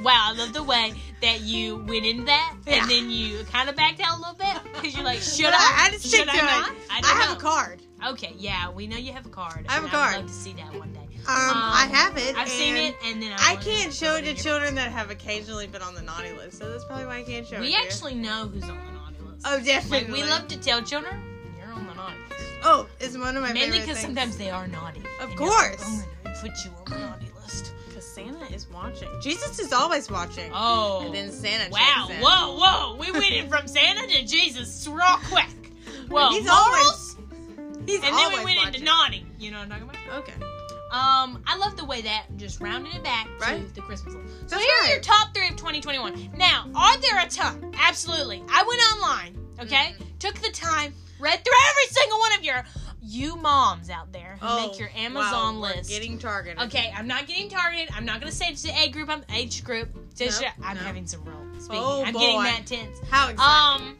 [SPEAKER 2] Wow, I love the way that you went into that
[SPEAKER 1] Yeah.
[SPEAKER 2] and then you kind of backed out a little bit because you're like, should
[SPEAKER 1] But
[SPEAKER 2] I?
[SPEAKER 1] I had to stick
[SPEAKER 2] should I
[SPEAKER 1] to it.
[SPEAKER 2] not? I
[SPEAKER 1] I
[SPEAKER 2] don't
[SPEAKER 1] have a
[SPEAKER 2] know.
[SPEAKER 1] card.
[SPEAKER 2] Okay, yeah, we know you have a card.
[SPEAKER 1] I have a
[SPEAKER 2] and
[SPEAKER 1] card.
[SPEAKER 2] I'd love to see that one day.
[SPEAKER 1] Um, I have it.
[SPEAKER 2] I've seen
[SPEAKER 1] and
[SPEAKER 2] it, and then I,
[SPEAKER 1] I
[SPEAKER 2] wanted
[SPEAKER 1] can't
[SPEAKER 2] to
[SPEAKER 1] show it
[SPEAKER 2] put
[SPEAKER 1] to
[SPEAKER 2] in your-
[SPEAKER 1] children that have occasionally been on the naughty list, so that's probably why I can't show it.
[SPEAKER 2] We
[SPEAKER 1] to you.
[SPEAKER 2] actually know who's on the naughty list.
[SPEAKER 1] Oh,
[SPEAKER 2] Like,
[SPEAKER 1] definitely.
[SPEAKER 2] we love to tell children you're on the naughty list.
[SPEAKER 1] Oh, it's one of my
[SPEAKER 2] Mainly
[SPEAKER 1] favorite
[SPEAKER 2] because
[SPEAKER 1] things.
[SPEAKER 2] sometimes they are naughty.
[SPEAKER 1] Of
[SPEAKER 2] and you're like, "Oh,
[SPEAKER 1] course.
[SPEAKER 2] I'm going to put you on the naughty list.
[SPEAKER 1] because Santa is watching. Jesus is always watching.
[SPEAKER 2] Oh.
[SPEAKER 1] And then Santa.
[SPEAKER 2] Wow,
[SPEAKER 1] checks in.
[SPEAKER 2] whoa, whoa. We went in from Santa to Jesus real quick. Whoa,
[SPEAKER 1] He's
[SPEAKER 2] morals,
[SPEAKER 1] He's
[SPEAKER 2] and then
[SPEAKER 1] always
[SPEAKER 2] we went
[SPEAKER 1] watching.
[SPEAKER 2] into naughty. You know what I'm talking about?
[SPEAKER 1] Okay.
[SPEAKER 2] Um, I love the way that just rounded it back to
[SPEAKER 1] Right.
[SPEAKER 2] the Christmas list. So
[SPEAKER 1] That's
[SPEAKER 2] here are
[SPEAKER 1] right.
[SPEAKER 2] your top three of 2021. Now, are there a ton? Absolutely. I went online, okay?
[SPEAKER 1] Mm-hmm.
[SPEAKER 2] Took the time, read through every single one of your you moms out there who
[SPEAKER 1] Oh,
[SPEAKER 2] make your Amazon
[SPEAKER 1] wow, we're
[SPEAKER 2] list.
[SPEAKER 1] Getting targeted.
[SPEAKER 2] Okay, I'm not getting targeted. I'm not gonna say it's the A group. I'm H group. Just-
[SPEAKER 1] No,
[SPEAKER 2] I'm
[SPEAKER 1] no.
[SPEAKER 2] having some real speaking.
[SPEAKER 1] Oh,
[SPEAKER 2] I'm getting
[SPEAKER 1] boy.
[SPEAKER 2] that tense.
[SPEAKER 1] How exciting.
[SPEAKER 2] Um,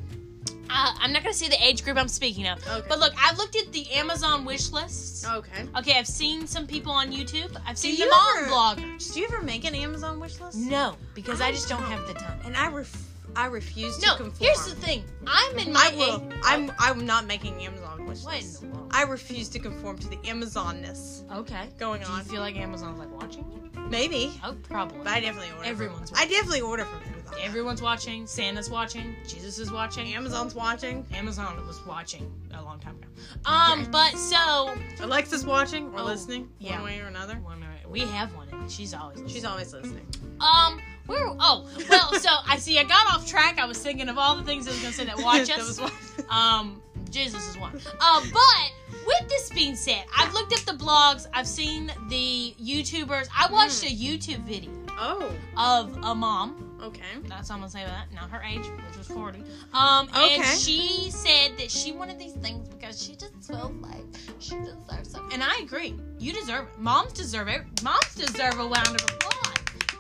[SPEAKER 2] uh, I'm not gonna say the age group I'm speaking of,
[SPEAKER 1] okay.
[SPEAKER 2] but look, I've looked at the Amazon wish lists.
[SPEAKER 1] Okay.
[SPEAKER 2] Okay, I've seen some people on YouTube. I've seen
[SPEAKER 1] you
[SPEAKER 2] them on
[SPEAKER 1] ever-
[SPEAKER 2] bloggers.
[SPEAKER 1] Do you ever make an Amazon wish list?
[SPEAKER 2] No, because I,
[SPEAKER 1] I
[SPEAKER 2] just don't
[SPEAKER 1] don't.
[SPEAKER 2] have the time.
[SPEAKER 1] And I ref- I refuse to
[SPEAKER 2] No,
[SPEAKER 1] conform.
[SPEAKER 2] here's the thing. I'm in my
[SPEAKER 1] I will.
[SPEAKER 2] age-
[SPEAKER 1] I'm. I'm not making Amazon wish
[SPEAKER 2] What in
[SPEAKER 1] list.
[SPEAKER 2] the world?
[SPEAKER 1] I refuse to conform to the Amazonness
[SPEAKER 2] Okay.
[SPEAKER 1] going
[SPEAKER 2] Do you
[SPEAKER 1] on.
[SPEAKER 2] feel like Amazon's like watching you?
[SPEAKER 1] Maybe,
[SPEAKER 2] Oh, probably.
[SPEAKER 1] but I definitely order. from-
[SPEAKER 2] Everyone's
[SPEAKER 1] I definitely order from Amazon.
[SPEAKER 2] Everyone's watching. Santa's watching. Jesus is watching.
[SPEAKER 1] Amazon's watching.
[SPEAKER 2] Amazon was watching a long time ago. Um, but so
[SPEAKER 1] Alexa's watching or
[SPEAKER 2] Oh,
[SPEAKER 1] listening,
[SPEAKER 2] yeah.
[SPEAKER 1] one way or another.
[SPEAKER 2] one minute. we have one, and she's always listening.
[SPEAKER 1] She's always listening.
[SPEAKER 2] um. Where? Oh, well. So I see. I got off track. I was thinking of all the things I was gonna say that watch
[SPEAKER 1] That
[SPEAKER 2] us.
[SPEAKER 1] was one.
[SPEAKER 2] Um, Jesus is one. Uh, but with this being said, I've looked up the blogs, I've seen the YouTubers. I watched
[SPEAKER 1] Mm.
[SPEAKER 2] a YouTube video
[SPEAKER 1] Oh,
[SPEAKER 2] of a mom.
[SPEAKER 1] okay.
[SPEAKER 2] That's all I'm gonna say about that. Not her age, which was 40. Um,
[SPEAKER 1] Okay.
[SPEAKER 2] and she said that she wanted these things because she just felt like she deserves something. And I agree. You deserve it. Moms deserve it. Moms deserve a round of applause.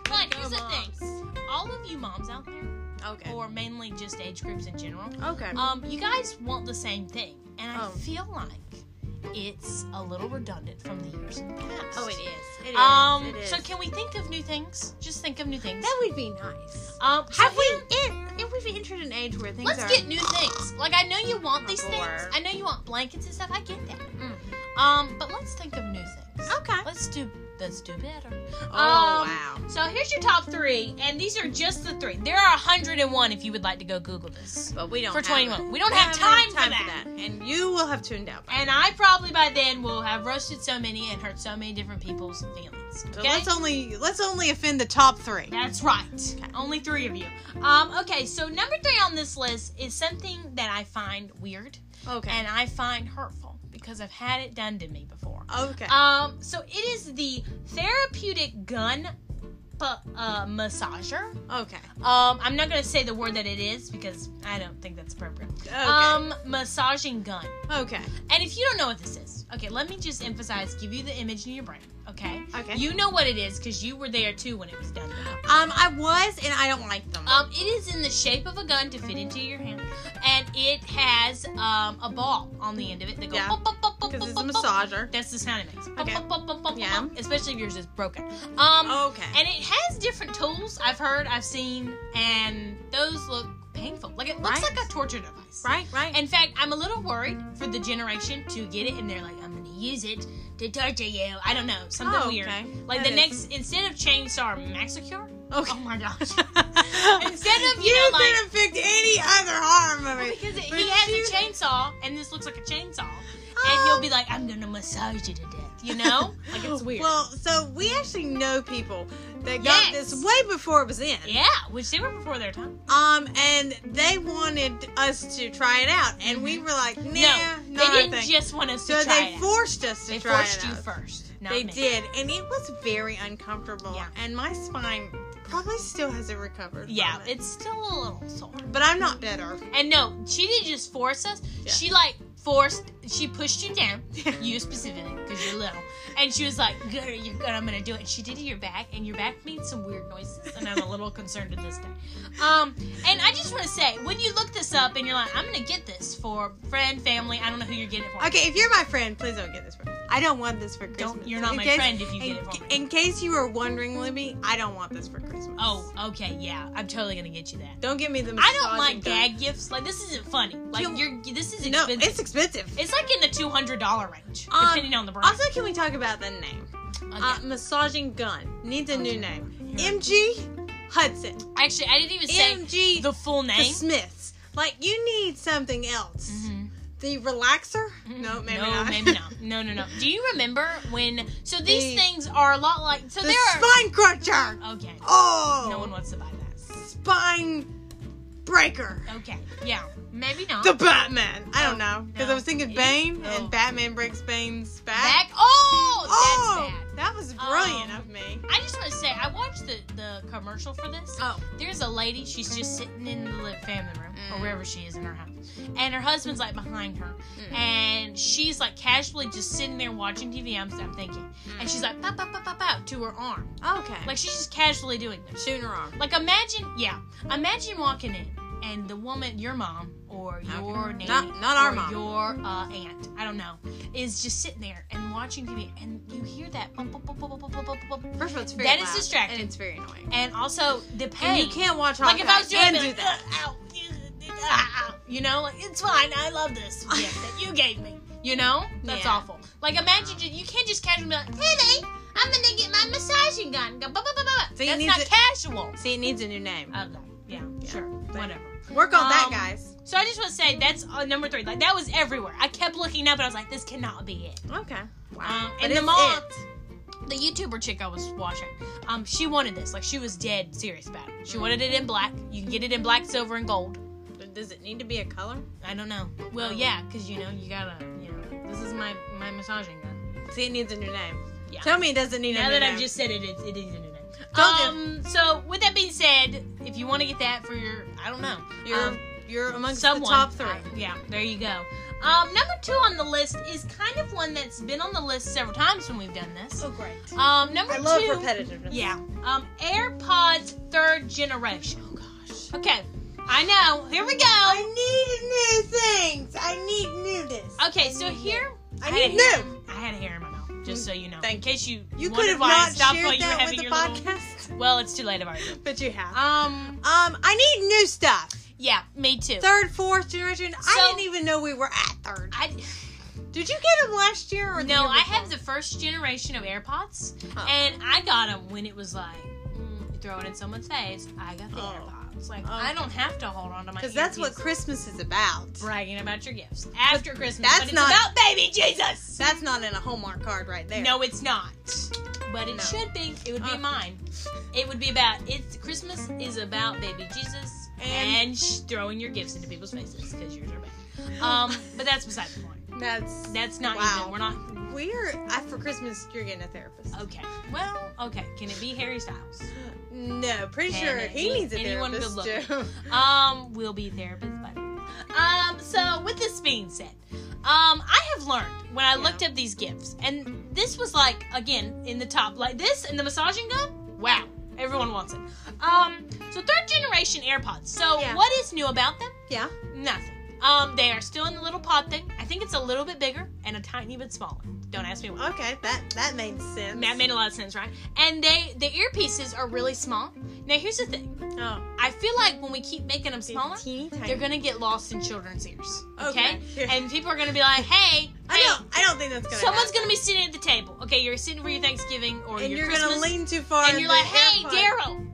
[SPEAKER 2] But here's the thing. All of you moms out there,
[SPEAKER 1] Okay.
[SPEAKER 2] or mainly just age groups in general,
[SPEAKER 1] okay.
[SPEAKER 2] um, you guys want the same thing, and I
[SPEAKER 1] Oh.
[SPEAKER 2] feel like it's a little redundant from the years in the past.
[SPEAKER 1] oh, it is. It is.
[SPEAKER 2] um,
[SPEAKER 1] it is.
[SPEAKER 2] so can we think of new things? Just think of new things.
[SPEAKER 1] that would be nice.
[SPEAKER 2] um, so
[SPEAKER 1] Have we?
[SPEAKER 2] here-
[SPEAKER 1] It, if we've entered an age where things
[SPEAKER 2] Let's
[SPEAKER 1] are.
[SPEAKER 2] get new things. Like I know you want
[SPEAKER 1] Oh,
[SPEAKER 2] these
[SPEAKER 1] boy.
[SPEAKER 2] things. I know you want blankets and stuff. I get that.
[SPEAKER 1] Mhm.
[SPEAKER 2] Um, but let's think of new things.
[SPEAKER 1] okay.
[SPEAKER 2] Let's do. Let's do better.
[SPEAKER 1] oh
[SPEAKER 2] um,
[SPEAKER 1] wow.
[SPEAKER 2] So here's your top three, and these are just the three. There are 101 if you would like to go Google this.
[SPEAKER 1] But we don't
[SPEAKER 2] for
[SPEAKER 1] have
[SPEAKER 2] 21.
[SPEAKER 1] it.
[SPEAKER 2] We don't have time for that.
[SPEAKER 1] And you will have tuned out. by
[SPEAKER 2] And I probably by then will have roasted so many and hurt so many different people's feelings.
[SPEAKER 1] then. So
[SPEAKER 2] Okay?
[SPEAKER 1] let's only let's only offend the top three.
[SPEAKER 2] That's right. Only three of you. Um, okay, so number three on this list is something that I find weird
[SPEAKER 1] Okay.
[SPEAKER 2] and I find hurtful because I've had it done to me before.
[SPEAKER 1] okay.
[SPEAKER 2] Um, so it is the therapeutic gun bu- uh, massager.
[SPEAKER 1] okay.
[SPEAKER 2] Um, I'm not gonna say the word that it is because I don't think that's appropriate.
[SPEAKER 1] Okay.
[SPEAKER 2] Um, massaging gun.
[SPEAKER 1] okay.
[SPEAKER 2] And if you don't know what this is, okay, let me just emphasize, give you the image in your brain, okay?
[SPEAKER 1] Okay.
[SPEAKER 2] You know what it is because you were there too when it was done.
[SPEAKER 1] Um, I was and I don't like them.
[SPEAKER 2] Um, it is in the shape of a gun to fit into your hand, and it has um, a ball on the end of it that goes.
[SPEAKER 1] Yeah.
[SPEAKER 2] bop, bop, bop, bop,
[SPEAKER 1] Because it's a
[SPEAKER 2] bop, bop, bop.
[SPEAKER 1] massager.
[SPEAKER 2] That's the sound it makes. Bop,
[SPEAKER 1] Okay.
[SPEAKER 2] bop, bop, bop, bop,
[SPEAKER 1] Yeah. Oh.
[SPEAKER 2] bop, Especially if yours is broken. Um,
[SPEAKER 1] Okay.
[SPEAKER 2] and it has different tools. I've heard, I've seen, and those look painful. Like it looks
[SPEAKER 1] Right.
[SPEAKER 2] like a torture device.
[SPEAKER 1] right. Right.
[SPEAKER 2] In fact, I'm a little worried for the generation to get it and they're like, I'm gonna use it to torture you. I don't know, something
[SPEAKER 1] Oh,
[SPEAKER 2] weird.
[SPEAKER 1] okay.
[SPEAKER 2] Like
[SPEAKER 1] That
[SPEAKER 2] the
[SPEAKER 1] is-
[SPEAKER 2] next, instead of chainsaw Maxicure,
[SPEAKER 1] okay.
[SPEAKER 2] oh my gosh.
[SPEAKER 1] Instead
[SPEAKER 2] Instead of, you
[SPEAKER 1] you
[SPEAKER 2] know,
[SPEAKER 1] could
[SPEAKER 2] like-
[SPEAKER 1] have picked any other horror movie.
[SPEAKER 2] because it,
[SPEAKER 1] But
[SPEAKER 2] he has
[SPEAKER 1] you-
[SPEAKER 2] a chainsaw and this looks like a chainsaw.
[SPEAKER 1] Um,
[SPEAKER 2] and he'll be like, I'm gonna massage you to death, you know? Like it's weird.
[SPEAKER 1] Well, so we actually know people that got
[SPEAKER 2] Yes.
[SPEAKER 1] this way before it was in.
[SPEAKER 2] yeah, which they were before their time.
[SPEAKER 1] Um, and they wanted us to try it out, and we were like, Nah,
[SPEAKER 2] Mm-hmm. no,
[SPEAKER 1] not
[SPEAKER 2] they
[SPEAKER 1] our
[SPEAKER 2] didn't
[SPEAKER 1] thing.
[SPEAKER 2] just want us
[SPEAKER 1] so
[SPEAKER 2] to try
[SPEAKER 1] they
[SPEAKER 2] it out.
[SPEAKER 1] forced us to
[SPEAKER 2] They
[SPEAKER 1] try
[SPEAKER 2] forced
[SPEAKER 1] it
[SPEAKER 2] you
[SPEAKER 1] out.
[SPEAKER 2] first. Not
[SPEAKER 1] They
[SPEAKER 2] me.
[SPEAKER 1] did, and it was very uncomfortable.
[SPEAKER 2] Yeah.
[SPEAKER 1] And my spine probably still hasn't recovered. from
[SPEAKER 2] Yeah,
[SPEAKER 1] it.
[SPEAKER 2] it's still a little sore.
[SPEAKER 1] but I'm not better.
[SPEAKER 2] And no, she didn't just force us.
[SPEAKER 1] Yeah.
[SPEAKER 2] She like forced. She pushed you down, you specifically, because you're little. And she was like, "Girl, you're good. I'm gonna do it." And she did your back, and your back made some weird noises, and I'm a little concerned to this day. Um, and I just want to say, when you look this up, and you're like, "I'm gonna get this for friend, family. I don't know who you're getting it for."
[SPEAKER 1] Okay, if you're my friend, please don't get this for me. I don't want this for Christmas.
[SPEAKER 2] Don't. You're not
[SPEAKER 1] In
[SPEAKER 2] my
[SPEAKER 1] case-
[SPEAKER 2] friend if you
[SPEAKER 1] in,
[SPEAKER 2] get it for me.
[SPEAKER 1] in case you were wondering, Libby, I don't want this for Christmas.
[SPEAKER 2] Oh, okay, yeah. I'm totally gonna get you that.
[SPEAKER 1] don't give me the.
[SPEAKER 2] I don't like
[SPEAKER 1] massaging gun.
[SPEAKER 2] gag gifts. Like this isn't funny. Like
[SPEAKER 1] You-
[SPEAKER 2] you're. This is
[SPEAKER 1] No,
[SPEAKER 2] expensive.
[SPEAKER 1] it's expensive.
[SPEAKER 2] it's like in the two hundred dollar range,
[SPEAKER 1] Um,
[SPEAKER 2] depending on the brand.
[SPEAKER 1] also, can we talk about the name?
[SPEAKER 2] Okay. Oh,
[SPEAKER 1] Uh, massaging gun needs a new name.
[SPEAKER 2] Here.
[SPEAKER 1] MG Hudson.
[SPEAKER 2] Actually, I didn't even say
[SPEAKER 1] MG
[SPEAKER 2] the full
[SPEAKER 1] the
[SPEAKER 2] name.
[SPEAKER 1] Smiths. Like you need something else.
[SPEAKER 2] Mhm.
[SPEAKER 1] The relaxer? No,
[SPEAKER 2] Mm-hmm.
[SPEAKER 1] maybe
[SPEAKER 2] no,
[SPEAKER 1] not.
[SPEAKER 2] maybe not. No, no, no. Do you remember when? So these
[SPEAKER 1] The-
[SPEAKER 2] things are a lot like. So
[SPEAKER 1] the
[SPEAKER 2] there are.
[SPEAKER 1] spine cruncher.
[SPEAKER 2] okay.
[SPEAKER 1] Oh,
[SPEAKER 2] No one wants to buy that.
[SPEAKER 1] spine breaker.
[SPEAKER 2] Okay. Yeah. Maybe not.
[SPEAKER 1] The Batman. I don't know because
[SPEAKER 2] No.
[SPEAKER 1] I was thinking Bane,
[SPEAKER 2] No.
[SPEAKER 1] and Batman breaks Bane's back.
[SPEAKER 2] back. Oh,
[SPEAKER 1] oh,
[SPEAKER 2] that's bad.
[SPEAKER 1] that was brilliant
[SPEAKER 2] Um,
[SPEAKER 1] of me.
[SPEAKER 2] I just want to say I watched the the commercial for this.
[SPEAKER 1] Oh,
[SPEAKER 2] There's a lady. She's just sitting in the li- family room
[SPEAKER 1] Mm.
[SPEAKER 2] or wherever she is in her house, and her husband's like behind her,
[SPEAKER 1] Mm.
[SPEAKER 2] and she's like casually just sitting there watching TV. I'm, I'm thinking,
[SPEAKER 1] Mm.
[SPEAKER 2] and she's like pop, pop, pop, pop, pop to her arm.
[SPEAKER 1] okay.
[SPEAKER 2] Like she's just casually doing this.
[SPEAKER 1] sooner on.
[SPEAKER 2] Like imagine, yeah, imagine walking in and the woman, your mom or
[SPEAKER 1] Okay.
[SPEAKER 2] your nanny,
[SPEAKER 1] Not- not our
[SPEAKER 2] or
[SPEAKER 1] mom.
[SPEAKER 2] your uh, aunt, I don't know, is just sitting there and watching TV, and you hear that bump, bump, bump, bump, bump, bump, bump, bump,
[SPEAKER 1] First of all, it's very
[SPEAKER 2] That is
[SPEAKER 1] loud,
[SPEAKER 2] distracting.
[SPEAKER 1] and it's very annoying.
[SPEAKER 2] and also the
[SPEAKER 1] And
[SPEAKER 2] pain.
[SPEAKER 1] you can't watch all
[SPEAKER 2] like if I was doing
[SPEAKER 1] and
[SPEAKER 2] it,
[SPEAKER 1] do
[SPEAKER 2] like,
[SPEAKER 1] that.
[SPEAKER 2] "Ugh, ow, ugh, ah, ow," you know, like it's fine. I love this gift that you gave me. You know, that's
[SPEAKER 1] Yeah.
[SPEAKER 2] awful. Like imagine you, you can't just casually be like, "Hey, babe, I'm gonna get my massaging gun." Go, "Bah, bah, bah, bah."
[SPEAKER 1] So you
[SPEAKER 2] that's
[SPEAKER 1] need
[SPEAKER 2] not
[SPEAKER 1] to-
[SPEAKER 2] casual.
[SPEAKER 1] See, it needs a new name.
[SPEAKER 2] Okay. Yeah,
[SPEAKER 1] Yeah.
[SPEAKER 2] Sure. Whatever.
[SPEAKER 1] Work on that,
[SPEAKER 2] um,
[SPEAKER 1] guys.
[SPEAKER 2] So I just want to say that's uh, number three. Like that was everywhere. I kept looking up and I was like, this cannot be it.
[SPEAKER 1] Okay.
[SPEAKER 2] Um,
[SPEAKER 1] But
[SPEAKER 2] and the
[SPEAKER 1] it's
[SPEAKER 2] mom,
[SPEAKER 1] it.
[SPEAKER 2] the YouTuber chick I was watching, um, she wanted this. Like she was dead serious about it. She wanted it in black. You can get it in black, silver, and gold.
[SPEAKER 1] Does it need to be a color?
[SPEAKER 2] I don't know. Well, yeah, because you know you gotta. You know, this is my my massaging gun.
[SPEAKER 1] See, it needs a new name.
[SPEAKER 2] Yeah.
[SPEAKER 1] Tell me it doesn't need
[SPEAKER 2] Now
[SPEAKER 1] a new
[SPEAKER 2] that I've
[SPEAKER 1] name.
[SPEAKER 2] just said it, it, it is in it.
[SPEAKER 1] Told you.
[SPEAKER 2] Um. So with that being said, if you want to get that for your, I don't know,
[SPEAKER 1] You're,
[SPEAKER 2] um,
[SPEAKER 1] you're amongst the
[SPEAKER 2] someone.
[SPEAKER 1] top three.
[SPEAKER 2] I- yeah, there you go. Um, number two on the list is kind of one that's been on the list several times when we've done this.
[SPEAKER 1] oh, great.
[SPEAKER 2] Um, number
[SPEAKER 1] I love
[SPEAKER 2] two,
[SPEAKER 1] repetitiveness.
[SPEAKER 2] yeah, um, AirPods third generation.
[SPEAKER 1] Oh, gosh.
[SPEAKER 2] Okay, I know. Here we
[SPEAKER 1] I
[SPEAKER 2] go.
[SPEAKER 1] need new things. I need newness.
[SPEAKER 2] Okay, so here
[SPEAKER 1] I
[SPEAKER 2] had a
[SPEAKER 1] need
[SPEAKER 2] hair-
[SPEAKER 1] new.
[SPEAKER 2] I had a hair in my mouth, just so you know, in
[SPEAKER 1] Thank
[SPEAKER 2] case you
[SPEAKER 1] You could
[SPEAKER 2] wondered
[SPEAKER 1] have
[SPEAKER 2] why I
[SPEAKER 1] not
[SPEAKER 2] stopped while
[SPEAKER 1] shared
[SPEAKER 2] you were
[SPEAKER 1] that
[SPEAKER 2] having
[SPEAKER 1] with the
[SPEAKER 2] your little-
[SPEAKER 1] podcast,
[SPEAKER 2] Well, it's too late. I've already.
[SPEAKER 1] but you have.
[SPEAKER 2] Um,
[SPEAKER 1] Um, I need new stuff.
[SPEAKER 2] yeah, me too.
[SPEAKER 1] Third, fourth generation. I
[SPEAKER 2] So-
[SPEAKER 1] didn't even know we were at third.
[SPEAKER 2] I,
[SPEAKER 1] Did you get them last year or the
[SPEAKER 2] no,
[SPEAKER 1] year
[SPEAKER 2] I
[SPEAKER 1] before?
[SPEAKER 2] have the first generation of AirPods.
[SPEAKER 1] Oh.
[SPEAKER 2] And I got them when it was like, mm, you throw it in someone's face. I got the
[SPEAKER 1] Oh.
[SPEAKER 2] AirPods. Like
[SPEAKER 1] Oh.
[SPEAKER 2] I don't have to hold on to my.
[SPEAKER 1] Because that's what
[SPEAKER 2] earpiece
[SPEAKER 1] Christmas is about.
[SPEAKER 2] bragging about your gifts after Christmas.
[SPEAKER 1] that's
[SPEAKER 2] but it's
[SPEAKER 1] not-
[SPEAKER 2] about baby Jesus.
[SPEAKER 1] That's not in a Hallmark card right there.
[SPEAKER 2] No, it's not. But it
[SPEAKER 1] No.
[SPEAKER 2] should be. It would be
[SPEAKER 1] Oh.
[SPEAKER 2] mine. It would be about it's Christmas is about baby Jesus and,
[SPEAKER 1] And-
[SPEAKER 2] sh- throwing your gifts into people's faces because yours are bad. Um, but that's beside the point.
[SPEAKER 1] That's
[SPEAKER 2] That's not
[SPEAKER 1] Wow.
[SPEAKER 2] even. We're not.
[SPEAKER 1] we're I, for Christmas. You're getting a therapist.
[SPEAKER 2] Okay. Well, okay. Can it be Harry Styles?
[SPEAKER 1] No, pretty
[SPEAKER 2] Can
[SPEAKER 1] sure
[SPEAKER 2] it
[SPEAKER 1] he
[SPEAKER 2] be
[SPEAKER 1] needs a
[SPEAKER 2] anyone
[SPEAKER 1] therapist
[SPEAKER 2] good
[SPEAKER 1] too.
[SPEAKER 2] Um, we'll be therapists, but um, so with this being said, um, I have learned when I
[SPEAKER 1] Yeah.
[SPEAKER 2] looked up these gifts, and this was like again in the top, like this and the massaging gun. Wow, everyone wants it. Um, so third generation AirPods. So
[SPEAKER 1] Yeah.
[SPEAKER 2] what is new about them?
[SPEAKER 1] Yeah.
[SPEAKER 2] Nothing. Um, they are still in the little pod thing. I think it's a little bit bigger and a tiny bit smaller. Don't ask me why.
[SPEAKER 1] Okay, that that made sense.
[SPEAKER 2] That made a lot of sense, right? And they the earpieces are really small. Now here's the thing.
[SPEAKER 1] oh,
[SPEAKER 2] I feel like when we keep making them smaller,
[SPEAKER 1] teeny tiny.
[SPEAKER 2] they're gonna get lost in children's ears. Okay?
[SPEAKER 1] Okay.
[SPEAKER 2] And people are gonna be like, hey,
[SPEAKER 1] I
[SPEAKER 2] hey,
[SPEAKER 1] don't. I don't think that's gonna.
[SPEAKER 2] someone's
[SPEAKER 1] happen.
[SPEAKER 2] gonna be sitting at the table. Okay, you're sitting for your Thanksgiving or
[SPEAKER 1] And
[SPEAKER 2] your
[SPEAKER 1] you're
[SPEAKER 2] Christmas,
[SPEAKER 1] gonna lean too far.
[SPEAKER 2] and you're like, hey,
[SPEAKER 1] AirPod.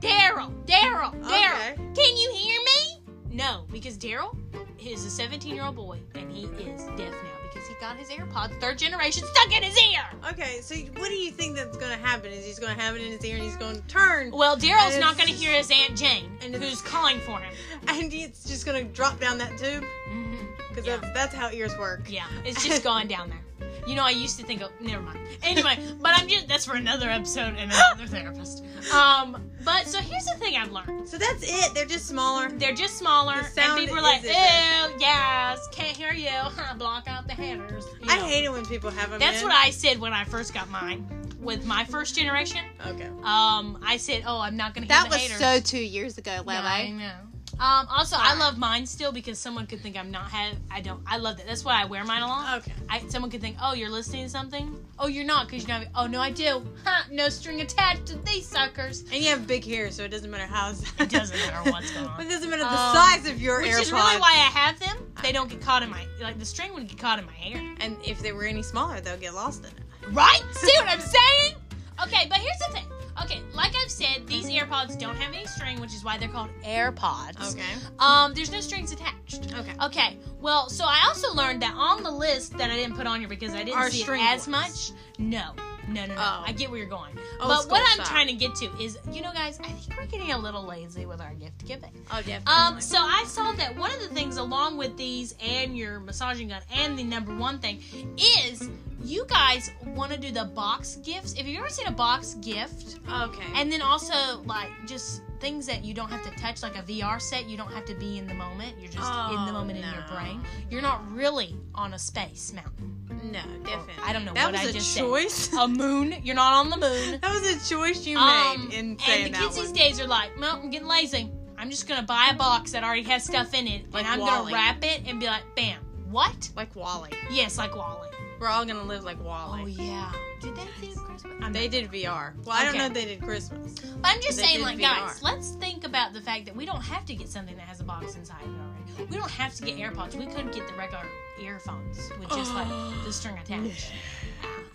[SPEAKER 2] Daryl, Daryl, Daryl, Daryl,
[SPEAKER 1] Okay.
[SPEAKER 2] can you hear me? No, because Daryl is a 17 year old boy and he is deaf now because he got his AirPods third generation stuck in his ear.
[SPEAKER 1] Okay, so what do you think that's gonna happen? Is he's gonna have it in his ear and he's gonna turn,
[SPEAKER 2] Well, Daryl's
[SPEAKER 1] And
[SPEAKER 2] not
[SPEAKER 1] it's-
[SPEAKER 2] gonna hear his Aunt Jane,
[SPEAKER 1] And it's-
[SPEAKER 2] who's calling for him.
[SPEAKER 1] and it's just gonna drop down that tube?
[SPEAKER 2] Mhm.
[SPEAKER 1] Because
[SPEAKER 2] Yeah.
[SPEAKER 1] that's, that's how ears work.
[SPEAKER 2] Yeah, it's just gone down there. You know, I used to think of never mind. Anyway, but I'm just that's for another episode and another therapist. Um, but so here's the thing I've learned:
[SPEAKER 1] So that's it. They're just smaller.
[SPEAKER 2] they're just smaller,
[SPEAKER 1] The
[SPEAKER 2] and
[SPEAKER 1] sound
[SPEAKER 2] people are like, "Ew,
[SPEAKER 1] is it.
[SPEAKER 2] yes, can't hear you. Huh, block out the headers." You
[SPEAKER 1] I
[SPEAKER 2] know.
[SPEAKER 1] hate it when people have them.
[SPEAKER 2] That's what I said when I first got mine with my first generation.
[SPEAKER 1] I. Okay.
[SPEAKER 2] Um, I said, "Oh, I'm not gonna hear
[SPEAKER 1] That
[SPEAKER 2] the
[SPEAKER 1] was
[SPEAKER 2] haters."
[SPEAKER 1] so two years ago,
[SPEAKER 2] Yeah, I
[SPEAKER 1] Lele.
[SPEAKER 2] know. Um, also, I
[SPEAKER 1] Alright.
[SPEAKER 2] love mine still because someone could think I'm not have. I don't. I love that. That's why I wear mine a lot.
[SPEAKER 1] Okay.
[SPEAKER 2] I, someone could think, oh, you're listening to something. Oh, you're not, because you're not. Oh, no, I do. Ha, no string attached to these suckers.
[SPEAKER 1] And you have big hair, so it doesn't matter how.
[SPEAKER 2] It doesn't matter what's going on.
[SPEAKER 1] it doesn't matter the
[SPEAKER 2] Um,
[SPEAKER 1] size of your
[SPEAKER 2] Which
[SPEAKER 1] AirPods.
[SPEAKER 2] is really why I have them. They don't get caught in my like the string would get caught in my hair.
[SPEAKER 1] And if they were any smaller, they'll get lost in it.
[SPEAKER 2] Right? See what I'm saying? Okay, but here's the thing. Okay, like I've said, these AirPods don't have any string, which is why they're called AirPods.
[SPEAKER 1] Okay.
[SPEAKER 2] Um, there's no strings attached.
[SPEAKER 1] Okay.
[SPEAKER 2] Okay. Well, so I also learned that on the list that I didn't put on here because I didn't
[SPEAKER 1] Are
[SPEAKER 2] see it
[SPEAKER 1] string
[SPEAKER 2] as
[SPEAKER 1] ones.
[SPEAKER 2] much. No. No, no, no.
[SPEAKER 1] Oh.
[SPEAKER 2] I get where you're going.
[SPEAKER 1] Old
[SPEAKER 2] but
[SPEAKER 1] school
[SPEAKER 2] what I'm
[SPEAKER 1] style.
[SPEAKER 2] trying to get to is, you know, guys, I think we're getting a little lazy with our gift giving.
[SPEAKER 1] Oh, definitely.
[SPEAKER 2] Um, so I saw that one of the things along with these and your massaging gun and the number one thing is you guys want to do the box gifts. If you've ever seen a box gift,
[SPEAKER 1] okay.
[SPEAKER 2] and then also like just things that you don't have to touch, like a VR set, you don't have to be in the moment. You're just in the
[SPEAKER 1] Oh,
[SPEAKER 2] moment in your
[SPEAKER 1] no.
[SPEAKER 2] brain. You're not really on a space mountain.
[SPEAKER 1] no, definitely.
[SPEAKER 2] I don't know what
[SPEAKER 1] That was
[SPEAKER 2] I
[SPEAKER 1] a
[SPEAKER 2] just
[SPEAKER 1] choice.
[SPEAKER 2] said. A moon. You're not on the moon.
[SPEAKER 1] that was a choice you
[SPEAKER 2] Um,
[SPEAKER 1] made in
[SPEAKER 2] and
[SPEAKER 1] saying
[SPEAKER 2] the
[SPEAKER 1] that
[SPEAKER 2] kids
[SPEAKER 1] one.
[SPEAKER 2] these days are like, well, I'm getting lazy. I I'm just gonna buy a box that already has stuff in it,
[SPEAKER 1] Like
[SPEAKER 2] and I'm
[SPEAKER 1] Wall-E.
[SPEAKER 2] gonna wrap it and be like, bam. What?
[SPEAKER 1] Like Wally.
[SPEAKER 2] Yes, like Wally.
[SPEAKER 1] We're all gonna live like
[SPEAKER 2] Oh
[SPEAKER 1] Wally.
[SPEAKER 2] yeah. Did they do Christmas? I'm
[SPEAKER 1] They
[SPEAKER 2] not-
[SPEAKER 1] did VR. Well, I don't
[SPEAKER 2] Okay.
[SPEAKER 1] know if they did Christmas.
[SPEAKER 2] But I'm just
[SPEAKER 1] They
[SPEAKER 2] saying,
[SPEAKER 1] did
[SPEAKER 2] like,
[SPEAKER 1] VR.
[SPEAKER 2] guys, let's think about the fact that we don't have to get something that has a box inside of it already. We don't have to get AirPods. We could get the regular earphones with just like the string attached.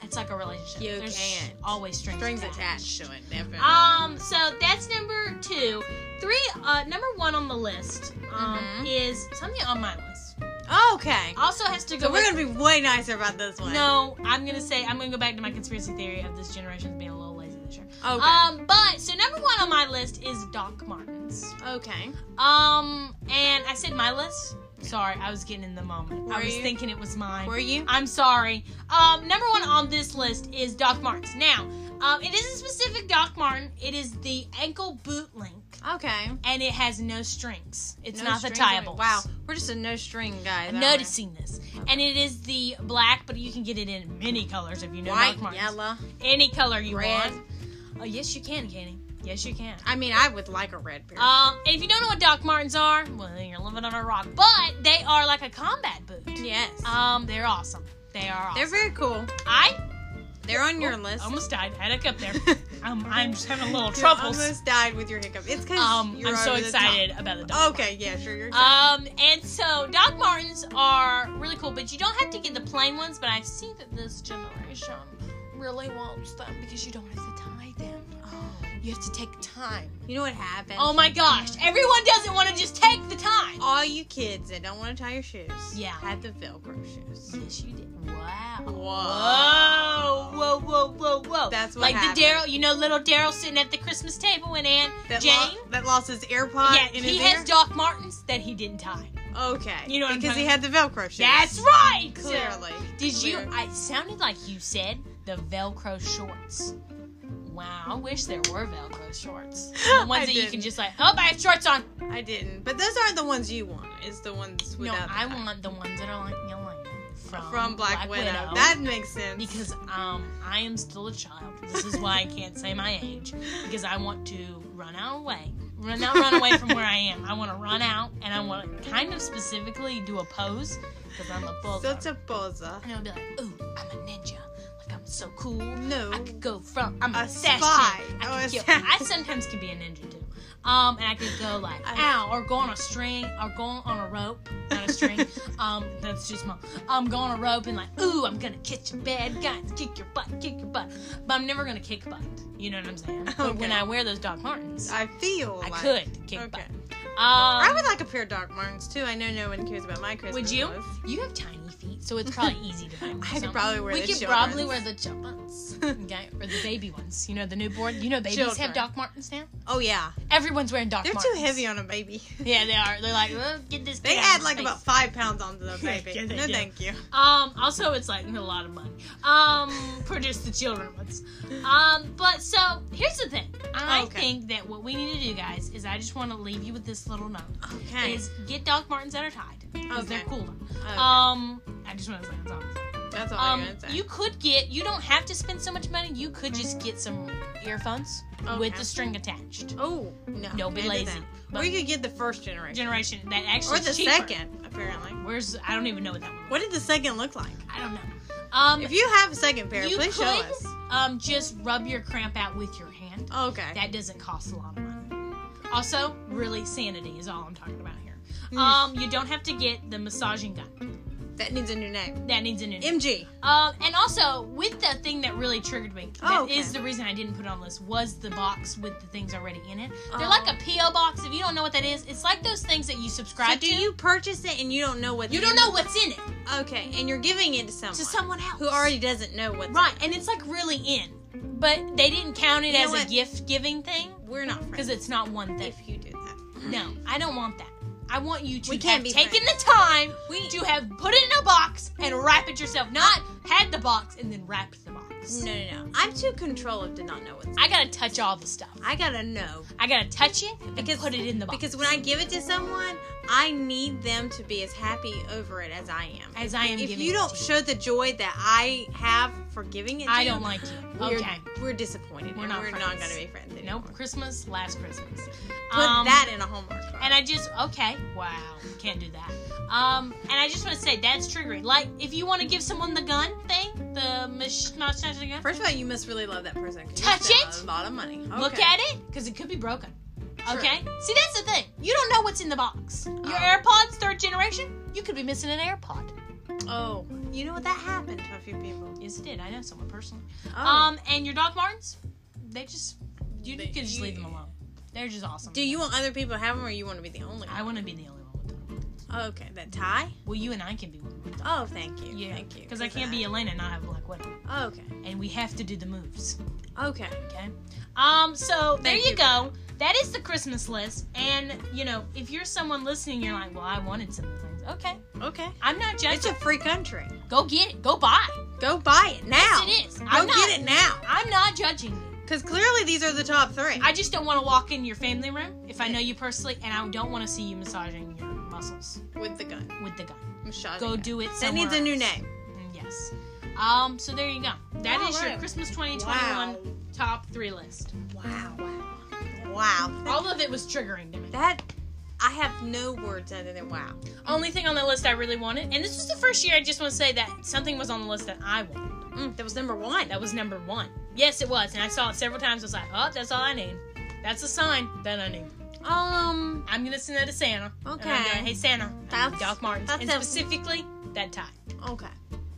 [SPEAKER 2] It's like a relationship.
[SPEAKER 1] You
[SPEAKER 2] There's
[SPEAKER 1] can't.
[SPEAKER 2] always strings,
[SPEAKER 1] Strings attached to it, definitely.
[SPEAKER 2] Um, so that's number two. Three, uh, number one on the list um,
[SPEAKER 1] Mhm.
[SPEAKER 2] is something on my list.
[SPEAKER 1] okay.
[SPEAKER 2] Also has to go.
[SPEAKER 1] So we're
[SPEAKER 2] with-
[SPEAKER 1] gonna be way nicer about this one.
[SPEAKER 2] um, No, I'm gonna say I'm gonna go back to my conspiracy theory of this generation's being a little lazy this year.
[SPEAKER 1] Okay.
[SPEAKER 2] Um, but so number one on my list is Doc Martens.
[SPEAKER 1] okay.
[SPEAKER 2] Um, and I said my list. Sorry, I was getting in the moment.
[SPEAKER 1] Were
[SPEAKER 2] I was
[SPEAKER 1] you?
[SPEAKER 2] thinking it was mine.
[SPEAKER 1] Were you?
[SPEAKER 2] I'm sorry. Um, number one on this list is Doc Martens. Now, um, it isn't specific Doc Martin. It is the ankle boot link,
[SPEAKER 1] Okay.
[SPEAKER 2] and it has no strings. It's
[SPEAKER 1] No
[SPEAKER 2] not the
[SPEAKER 1] strings on it.
[SPEAKER 2] tieable.
[SPEAKER 1] Wow. We're just a no string guy.
[SPEAKER 2] I'm noticing this, and it is the black, but you can get it in many colors if you know
[SPEAKER 1] White,
[SPEAKER 2] Doc Martens.
[SPEAKER 1] yellow.
[SPEAKER 2] Any color you
[SPEAKER 1] Red.
[SPEAKER 2] want. Oh, yes, you can, Kenny. Yes, you can.
[SPEAKER 1] I mean, I would like a red pair.
[SPEAKER 2] Um, and if you don't know what Doc Martens are, well, then you're living under a rock. But they are like a combat boot.
[SPEAKER 1] yes.
[SPEAKER 2] Um, they're awesome. They are
[SPEAKER 1] They're
[SPEAKER 2] awesome.
[SPEAKER 1] very cool.
[SPEAKER 2] I
[SPEAKER 1] They're on your
[SPEAKER 2] oh,
[SPEAKER 1] list.
[SPEAKER 2] almost died. I had a cup there. um, I'm just having a little
[SPEAKER 1] You
[SPEAKER 2] troubles.
[SPEAKER 1] almost died with your hiccup. It's because
[SPEAKER 2] Um,
[SPEAKER 1] you're
[SPEAKER 2] I'm so
[SPEAKER 1] over the top.
[SPEAKER 2] excited about the Doc.
[SPEAKER 1] Okay. Yeah. Sure. You're
[SPEAKER 2] Um,
[SPEAKER 1] excited.
[SPEAKER 2] and so Doc Martens are really cool, but you don't have to get the plain ones. But I see that this generation really wants them because you don't have to tie them. You have to take time.
[SPEAKER 1] Oh. you know what happened?
[SPEAKER 2] Oh my gosh! Everyone doesn't want to just take the time.
[SPEAKER 1] All you kids that don't want to tie your shoes.
[SPEAKER 2] Yeah.
[SPEAKER 1] Had the Velcro shoes.
[SPEAKER 2] Yes, you did. Wow.
[SPEAKER 1] Whoa.
[SPEAKER 2] Whoa, whoa, whoa, whoa.
[SPEAKER 1] That's what
[SPEAKER 2] Like
[SPEAKER 1] happened.
[SPEAKER 2] the Daryl, you know, little Daryl sitting at the Christmas table and Aunt
[SPEAKER 1] That
[SPEAKER 2] Jane.
[SPEAKER 1] lo- that lost his AirPod.
[SPEAKER 2] yeah,
[SPEAKER 1] in
[SPEAKER 2] he
[SPEAKER 1] his
[SPEAKER 2] has Doc Martens that he didn't tie.
[SPEAKER 1] ear? Okay.
[SPEAKER 2] You know what I'm
[SPEAKER 1] because he
[SPEAKER 2] talking-
[SPEAKER 1] had the Velcro shoes.
[SPEAKER 2] That's right.
[SPEAKER 1] Clearly.
[SPEAKER 2] Did you?
[SPEAKER 1] Clear.
[SPEAKER 2] I it sounded like you said the Velcro shorts. Wow, I wish there were Velcro shorts. The ones
[SPEAKER 1] I
[SPEAKER 2] that you can
[SPEAKER 1] didn't.
[SPEAKER 2] just like, oh, I have shorts on.
[SPEAKER 1] I didn't. But those aren't the ones you want. It's the ones
[SPEAKER 2] No,
[SPEAKER 1] without.
[SPEAKER 2] I
[SPEAKER 1] the-
[SPEAKER 2] want the ones that are like Yelena from,
[SPEAKER 1] from Black, Widow.
[SPEAKER 2] Widow.
[SPEAKER 1] That makes sense.
[SPEAKER 2] because um, I am still a child. This is why I can't say my age because I want to run out away, run out, run away from where I am. I want to run out, and I want to kind of specifically do a pose because I'm a bull.
[SPEAKER 1] such a buzzer.
[SPEAKER 2] and I'll be like, "Ooh, I'm a ninja. Like I'm so cool.
[SPEAKER 1] No.
[SPEAKER 2] I could go from I'm
[SPEAKER 1] A
[SPEAKER 2] a assassin.
[SPEAKER 1] spy. Oh,
[SPEAKER 2] I, could go,
[SPEAKER 1] assassin.
[SPEAKER 2] I sometimes can be a ninja too. Um, and I could go like
[SPEAKER 1] I-
[SPEAKER 2] ow, or go on a string, or go on a rope, not a string. um, that's just my. I'm go on a rope and like, ooh, I'm gonna catch your bad guys, kick your butt, kick your butt. But I'm never gonna kick butt. You know what I'm saying? But when
[SPEAKER 1] Okay.
[SPEAKER 2] I wear those Doc Martens, I,
[SPEAKER 1] I feel like.
[SPEAKER 2] could kick
[SPEAKER 1] Okay.
[SPEAKER 2] butt. Um,
[SPEAKER 1] I would like a pair of Doc Martens too. I know no one cares about my Christmas.
[SPEAKER 2] Would you?
[SPEAKER 1] list.
[SPEAKER 2] You have tiny feet, so it's probably easy to find.
[SPEAKER 1] I could
[SPEAKER 2] some.
[SPEAKER 1] probably wear
[SPEAKER 2] We
[SPEAKER 1] the
[SPEAKER 2] could
[SPEAKER 1] children's.
[SPEAKER 2] probably wear the children's, okay, or the baby ones. You know, the newborn. You know, babies
[SPEAKER 1] Children.
[SPEAKER 2] have Doc Martens now.
[SPEAKER 1] Oh yeah.
[SPEAKER 2] Everyone's wearing Doc
[SPEAKER 1] They're
[SPEAKER 2] Martens.
[SPEAKER 1] too heavy on a baby.
[SPEAKER 2] Yeah, they are. They're like, well, get this.
[SPEAKER 1] They
[SPEAKER 2] kid out
[SPEAKER 1] add
[SPEAKER 2] of
[SPEAKER 1] like
[SPEAKER 2] my
[SPEAKER 1] about
[SPEAKER 2] face."
[SPEAKER 1] five pounds onto the
[SPEAKER 2] Yeah,
[SPEAKER 1] baby.
[SPEAKER 2] they
[SPEAKER 1] no,
[SPEAKER 2] do.
[SPEAKER 1] thank you.
[SPEAKER 2] Um. Also, it's like a lot of money. Um, for just the children ones. Um. But so here's the thing. I
[SPEAKER 1] Okay.
[SPEAKER 2] think that what we need to do, guys, is I just want to leave you with this little note:
[SPEAKER 1] Okay.
[SPEAKER 2] is get Doc Martens that are tied because
[SPEAKER 1] Okay.
[SPEAKER 2] they're cooler.
[SPEAKER 1] Okay.
[SPEAKER 2] Um. I just want to say that's all.
[SPEAKER 1] That's all I'm
[SPEAKER 2] Um,
[SPEAKER 1] gonna say.
[SPEAKER 2] you could get. You don't have to spend so much money. You could just get some earphones with
[SPEAKER 1] Okay.
[SPEAKER 2] the string attached.
[SPEAKER 1] oh no.
[SPEAKER 2] No, be
[SPEAKER 1] can't do
[SPEAKER 2] lazy.
[SPEAKER 1] that.
[SPEAKER 2] But-
[SPEAKER 1] Or you could get the first generation.
[SPEAKER 2] Generation that actually
[SPEAKER 1] Or the
[SPEAKER 2] is cheaper.
[SPEAKER 1] second, apparently.
[SPEAKER 2] Where's I don't even know what that one.
[SPEAKER 1] What did the second look like?
[SPEAKER 2] I don't know. Um,
[SPEAKER 1] If you have a second pair,
[SPEAKER 2] you
[SPEAKER 1] please
[SPEAKER 2] could
[SPEAKER 1] show us.
[SPEAKER 2] um just rub your cramp out with your hand.
[SPEAKER 1] Okay.
[SPEAKER 2] That doesn't cost a lot of money. Also, really sanity is all I'm talking about here.
[SPEAKER 1] Mm.
[SPEAKER 2] Um, you don't have to get the massaging gun.
[SPEAKER 1] that needs a new name.
[SPEAKER 2] That needs a new. name.
[SPEAKER 1] MG.
[SPEAKER 2] Um, and also with the thing that really triggered me, that is
[SPEAKER 1] Oh, okay.
[SPEAKER 2] the reason I didn't put it on the list was the box with the things already in it. They're
[SPEAKER 1] Oh.
[SPEAKER 2] like a PO box. If you don't know what that is, it's like those things that you subscribe
[SPEAKER 1] So do
[SPEAKER 2] to.
[SPEAKER 1] you purchase it and you don't know what?
[SPEAKER 2] You don't know what's in it
[SPEAKER 1] Okay, and you're giving it to someone
[SPEAKER 2] to someone else
[SPEAKER 1] who already doesn't know what's.
[SPEAKER 2] right, and it's like really in, but they didn't count it
[SPEAKER 1] You know
[SPEAKER 2] as
[SPEAKER 1] what?
[SPEAKER 2] a gift giving thing
[SPEAKER 1] We're not
[SPEAKER 2] because
[SPEAKER 1] friends.
[SPEAKER 2] it's not one thing.
[SPEAKER 1] if you do that,
[SPEAKER 2] No, I don't want that. I want you to
[SPEAKER 1] We can't
[SPEAKER 2] have
[SPEAKER 1] be
[SPEAKER 2] taken the time
[SPEAKER 1] we
[SPEAKER 2] to have put it in a box and wrap it yourself, not had the box and then wrapped the box.
[SPEAKER 1] no no no. I'm too controlled to not know what's.
[SPEAKER 2] I gotta touch all the stuff.
[SPEAKER 1] I gotta know
[SPEAKER 2] I gotta touch it and
[SPEAKER 1] Because-
[SPEAKER 2] put it in the box.
[SPEAKER 1] because when I give it to someone, I need them to be as happy over it as I am.
[SPEAKER 2] As I am
[SPEAKER 1] If
[SPEAKER 2] giving
[SPEAKER 1] you
[SPEAKER 2] it
[SPEAKER 1] don't
[SPEAKER 2] to
[SPEAKER 1] show the joy that I have for giving it to
[SPEAKER 2] I
[SPEAKER 1] you,
[SPEAKER 2] don't like you.
[SPEAKER 1] we're,
[SPEAKER 2] Okay.
[SPEAKER 1] we're disappointed.
[SPEAKER 2] We're
[SPEAKER 1] and
[SPEAKER 2] not
[SPEAKER 1] We're not
[SPEAKER 2] friends.
[SPEAKER 1] going to be friends anymore.
[SPEAKER 2] Nope. Um, Christmas, last Christmas.
[SPEAKER 1] Put that in a homework.
[SPEAKER 2] And I just okay, wow, can't do that. Um, and I just want to say that's triggering. Like, if you want to give someone the gun thing, the mach- not touching gun,
[SPEAKER 1] First of all, you must really love that person. 'cause you
[SPEAKER 2] Touch
[SPEAKER 1] spent
[SPEAKER 2] it?
[SPEAKER 1] A lot of money.
[SPEAKER 2] look
[SPEAKER 1] Okay.
[SPEAKER 2] at it because it could be broken.
[SPEAKER 1] True.
[SPEAKER 2] Okay, see that's the thing. You don't know what's in the box. Your
[SPEAKER 1] Oh.
[SPEAKER 2] AirPods, third generation, you could be missing an AirPod.
[SPEAKER 1] Oh, you know what? That happened to a few people.
[SPEAKER 2] Yes, it did. I know someone personally.
[SPEAKER 1] Oh.
[SPEAKER 2] Um, and your Doc Martens, they just you,
[SPEAKER 1] They-
[SPEAKER 2] you could just
[SPEAKER 1] you-
[SPEAKER 2] leave them alone. They're just awesome.
[SPEAKER 1] Do you want other people to have them, or you want to be the only?
[SPEAKER 2] I want to be the only one with them.
[SPEAKER 1] One? Okay, that tie.
[SPEAKER 2] Well, you and I can be one with them.
[SPEAKER 1] Oh, thank you.
[SPEAKER 2] yeah,
[SPEAKER 1] thank you.
[SPEAKER 2] Because I can't be Elena and not have a Black Widow.
[SPEAKER 1] Oh, okay.
[SPEAKER 2] and we have to do the moves.
[SPEAKER 1] Okay.
[SPEAKER 2] Okay. Um. So there
[SPEAKER 1] Thank
[SPEAKER 2] you
[SPEAKER 1] you.
[SPEAKER 2] go. That is the Christmas list, and you know, if you're someone listening, you're like, "Well, I wanted some of the things." Okay,
[SPEAKER 1] Okay.
[SPEAKER 2] I'm not
[SPEAKER 1] It's
[SPEAKER 2] judging.
[SPEAKER 1] a free country.
[SPEAKER 2] Go get it. Go buy.
[SPEAKER 1] Go buy it now.
[SPEAKER 2] Yes, it is.
[SPEAKER 1] Go
[SPEAKER 2] I'm not.
[SPEAKER 1] get it now.
[SPEAKER 2] I'm not judging you.
[SPEAKER 1] Because clearly these are the top three.
[SPEAKER 2] I just don't want to walk in your family room if I know you personally, and I don't want to see you massaging your muscles
[SPEAKER 1] With the gun.
[SPEAKER 2] with the gun.
[SPEAKER 1] I'm shot.
[SPEAKER 2] Go do it.
[SPEAKER 1] That
[SPEAKER 2] somewhere
[SPEAKER 1] needs a new
[SPEAKER 2] else.
[SPEAKER 1] name.
[SPEAKER 2] Mm, Yes. Um. So there you go. That is your
[SPEAKER 1] Alright.
[SPEAKER 2] Christmas 2021 top three list.
[SPEAKER 1] Wow. Wow. Wow. Wow.
[SPEAKER 2] All of it was triggering to me.
[SPEAKER 1] That I have no words other than wow.
[SPEAKER 2] only thing on the list I really wanted, and this was the first year I just want to say that something was on the list that I wanted.
[SPEAKER 1] Mm, that was number one.
[SPEAKER 2] That was number one. Yes, it was, and I saw it several times. I was like, oh, that's all I need. That's a sign that I need.
[SPEAKER 1] Um.
[SPEAKER 2] I'm gonna send that to Santa. And I'm gonna,
[SPEAKER 1] Okay.
[SPEAKER 2] hey Santa, I need
[SPEAKER 1] That's-
[SPEAKER 2] Doc Martens,
[SPEAKER 1] that's
[SPEAKER 2] and
[SPEAKER 1] a-
[SPEAKER 2] specifically that tie,
[SPEAKER 1] Okay.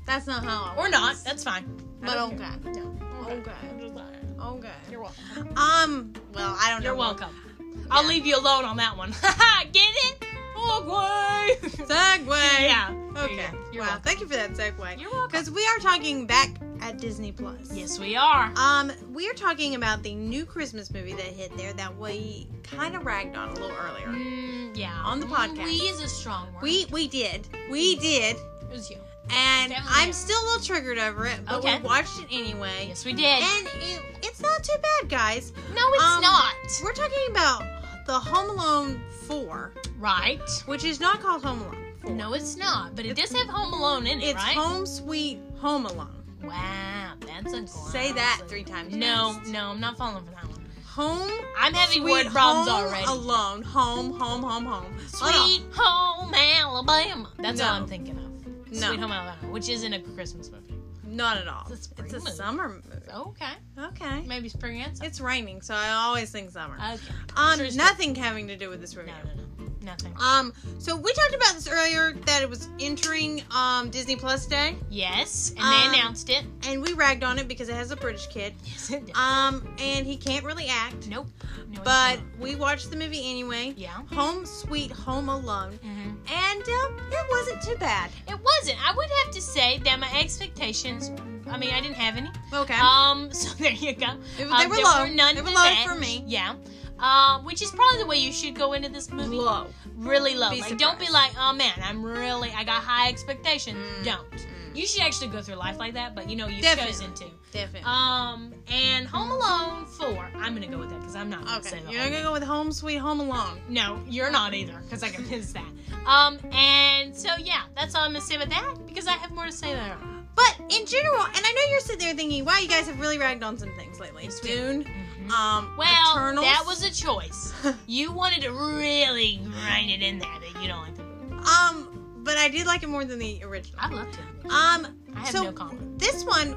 [SPEAKER 1] That's not how. I
[SPEAKER 2] or
[SPEAKER 1] want
[SPEAKER 2] not.
[SPEAKER 1] this.
[SPEAKER 2] That's fine. I
[SPEAKER 1] But
[SPEAKER 2] don't
[SPEAKER 1] okay.
[SPEAKER 2] care. No.
[SPEAKER 1] Okay.
[SPEAKER 2] I'm just like,
[SPEAKER 1] Okay.
[SPEAKER 2] You're welcome.
[SPEAKER 1] Um. Well, I don't know.
[SPEAKER 2] You're
[SPEAKER 1] what-
[SPEAKER 2] welcome. I'll
[SPEAKER 1] Yeah.
[SPEAKER 2] leave you alone on that one. Get it? Awkward.
[SPEAKER 1] Segue.
[SPEAKER 2] yeah.
[SPEAKER 1] Okay.
[SPEAKER 2] Yeah. You're
[SPEAKER 1] wow.
[SPEAKER 2] welcome.
[SPEAKER 1] Thank you for that segue.
[SPEAKER 2] You're welcome.
[SPEAKER 1] Because we are talking back at Disney Plus.
[SPEAKER 2] Yes, we are.
[SPEAKER 1] Um, we are talking about the new Christmas movie that hit there that we kind of ragged on a little earlier.
[SPEAKER 2] Mm, yeah.
[SPEAKER 1] On the podcast.
[SPEAKER 2] We is a strong word.
[SPEAKER 1] We we did, we did,
[SPEAKER 2] It was you.
[SPEAKER 1] and
[SPEAKER 2] Definitely.
[SPEAKER 1] I'm still a little triggered over it, but
[SPEAKER 2] Okay.
[SPEAKER 1] we watched it anyway.
[SPEAKER 2] Yes, we did.
[SPEAKER 1] And it, it's not too bad, guys.
[SPEAKER 2] no, it's
[SPEAKER 1] um,
[SPEAKER 2] not.
[SPEAKER 1] We're talking about the Home Alone 4,
[SPEAKER 2] Right.
[SPEAKER 1] which is not called Home Alone. 4.
[SPEAKER 2] No, it's not. But it does have Home Alone in it,
[SPEAKER 1] it's
[SPEAKER 2] right?
[SPEAKER 1] Home Sweet Home Alone.
[SPEAKER 2] wow, that's a
[SPEAKER 1] Say that three times
[SPEAKER 2] No,
[SPEAKER 1] fast.
[SPEAKER 2] no, I'm not falling for that one.
[SPEAKER 1] Home
[SPEAKER 2] I'm having
[SPEAKER 1] Sweet
[SPEAKER 2] word problems
[SPEAKER 1] home
[SPEAKER 2] already.
[SPEAKER 1] Alone, home, home, home, home.
[SPEAKER 2] Sweet Home Alabama. That's all
[SPEAKER 1] No.
[SPEAKER 2] I'm thinking of.
[SPEAKER 1] No.
[SPEAKER 2] Sweet Home Alabama, which isn't a Christmas movie.
[SPEAKER 1] Not at all.
[SPEAKER 2] It's a spring
[SPEAKER 1] It's a
[SPEAKER 2] movie.
[SPEAKER 1] summer movie.
[SPEAKER 2] Okay,
[SPEAKER 1] Okay.
[SPEAKER 2] maybe spring and summer.
[SPEAKER 1] It's raining, so I always think summer.
[SPEAKER 2] Okay.
[SPEAKER 1] Um,
[SPEAKER 2] Uh, Sure, it's-
[SPEAKER 1] nothing having to do with this review.
[SPEAKER 2] No, no, no, nothing.
[SPEAKER 1] Um, so we talked about this earlier that it was entering um Disney Plus Day,
[SPEAKER 2] Yes, and
[SPEAKER 1] um,
[SPEAKER 2] they announced it.
[SPEAKER 1] and we ragged on it because it has a British kid.
[SPEAKER 2] Yes, it did.
[SPEAKER 1] Um, and he can't really act,
[SPEAKER 2] nope. No, it's
[SPEAKER 1] but
[SPEAKER 2] not.
[SPEAKER 1] we watched the movie anyway.
[SPEAKER 2] yeah.
[SPEAKER 1] Home Sweet Home Alone,
[SPEAKER 2] Mm-hmm.
[SPEAKER 1] and um, it wasn't too bad.
[SPEAKER 2] It wasn't. I would have to say that my expectations. I mean, I didn't have any.
[SPEAKER 1] Okay,
[SPEAKER 2] Um, so there you go.
[SPEAKER 1] they, they
[SPEAKER 2] Um,
[SPEAKER 1] were
[SPEAKER 2] there
[SPEAKER 1] low.
[SPEAKER 2] Were none
[SPEAKER 1] they were
[SPEAKER 2] to
[SPEAKER 1] low
[SPEAKER 2] match.
[SPEAKER 1] for me.
[SPEAKER 2] Yeah. Um, which is probably the way you should go into this movie.
[SPEAKER 1] Low.
[SPEAKER 2] Really low.
[SPEAKER 1] Be
[SPEAKER 2] like, don't be like,
[SPEAKER 1] surprised.
[SPEAKER 2] oh man, I'm really, I got high expectations.
[SPEAKER 1] Mm.
[SPEAKER 2] Don't. You should actually go through life like that, but you know, you've
[SPEAKER 1] Definitely.
[SPEAKER 2] chosen to.
[SPEAKER 1] Definitely.
[SPEAKER 2] Um, and Home Alone 4. I'm gonna go with that because I'm not gonna
[SPEAKER 1] Uh, okay,
[SPEAKER 2] say the
[SPEAKER 1] you're
[SPEAKER 2] whole
[SPEAKER 1] not gonna go with Home Sweet Home Alone.
[SPEAKER 2] No, you're not either, because I can piss that. Um, and so yeah, that's all I'm gonna say about that because I have more to say later. on.
[SPEAKER 1] But in general, and I know you're sitting there thinking, wow, you guys have really ragged on some things lately.
[SPEAKER 2] Yes, we-
[SPEAKER 1] Dune, um,
[SPEAKER 2] Uh, Well,
[SPEAKER 1] Eternals.
[SPEAKER 2] that was a choice. You wanted to really grind it in there, but you don't like the movie.
[SPEAKER 1] um, but I did like it more than the original.
[SPEAKER 2] I loved it.
[SPEAKER 1] Um,
[SPEAKER 2] I have
[SPEAKER 1] so
[SPEAKER 2] no comment.
[SPEAKER 1] this one,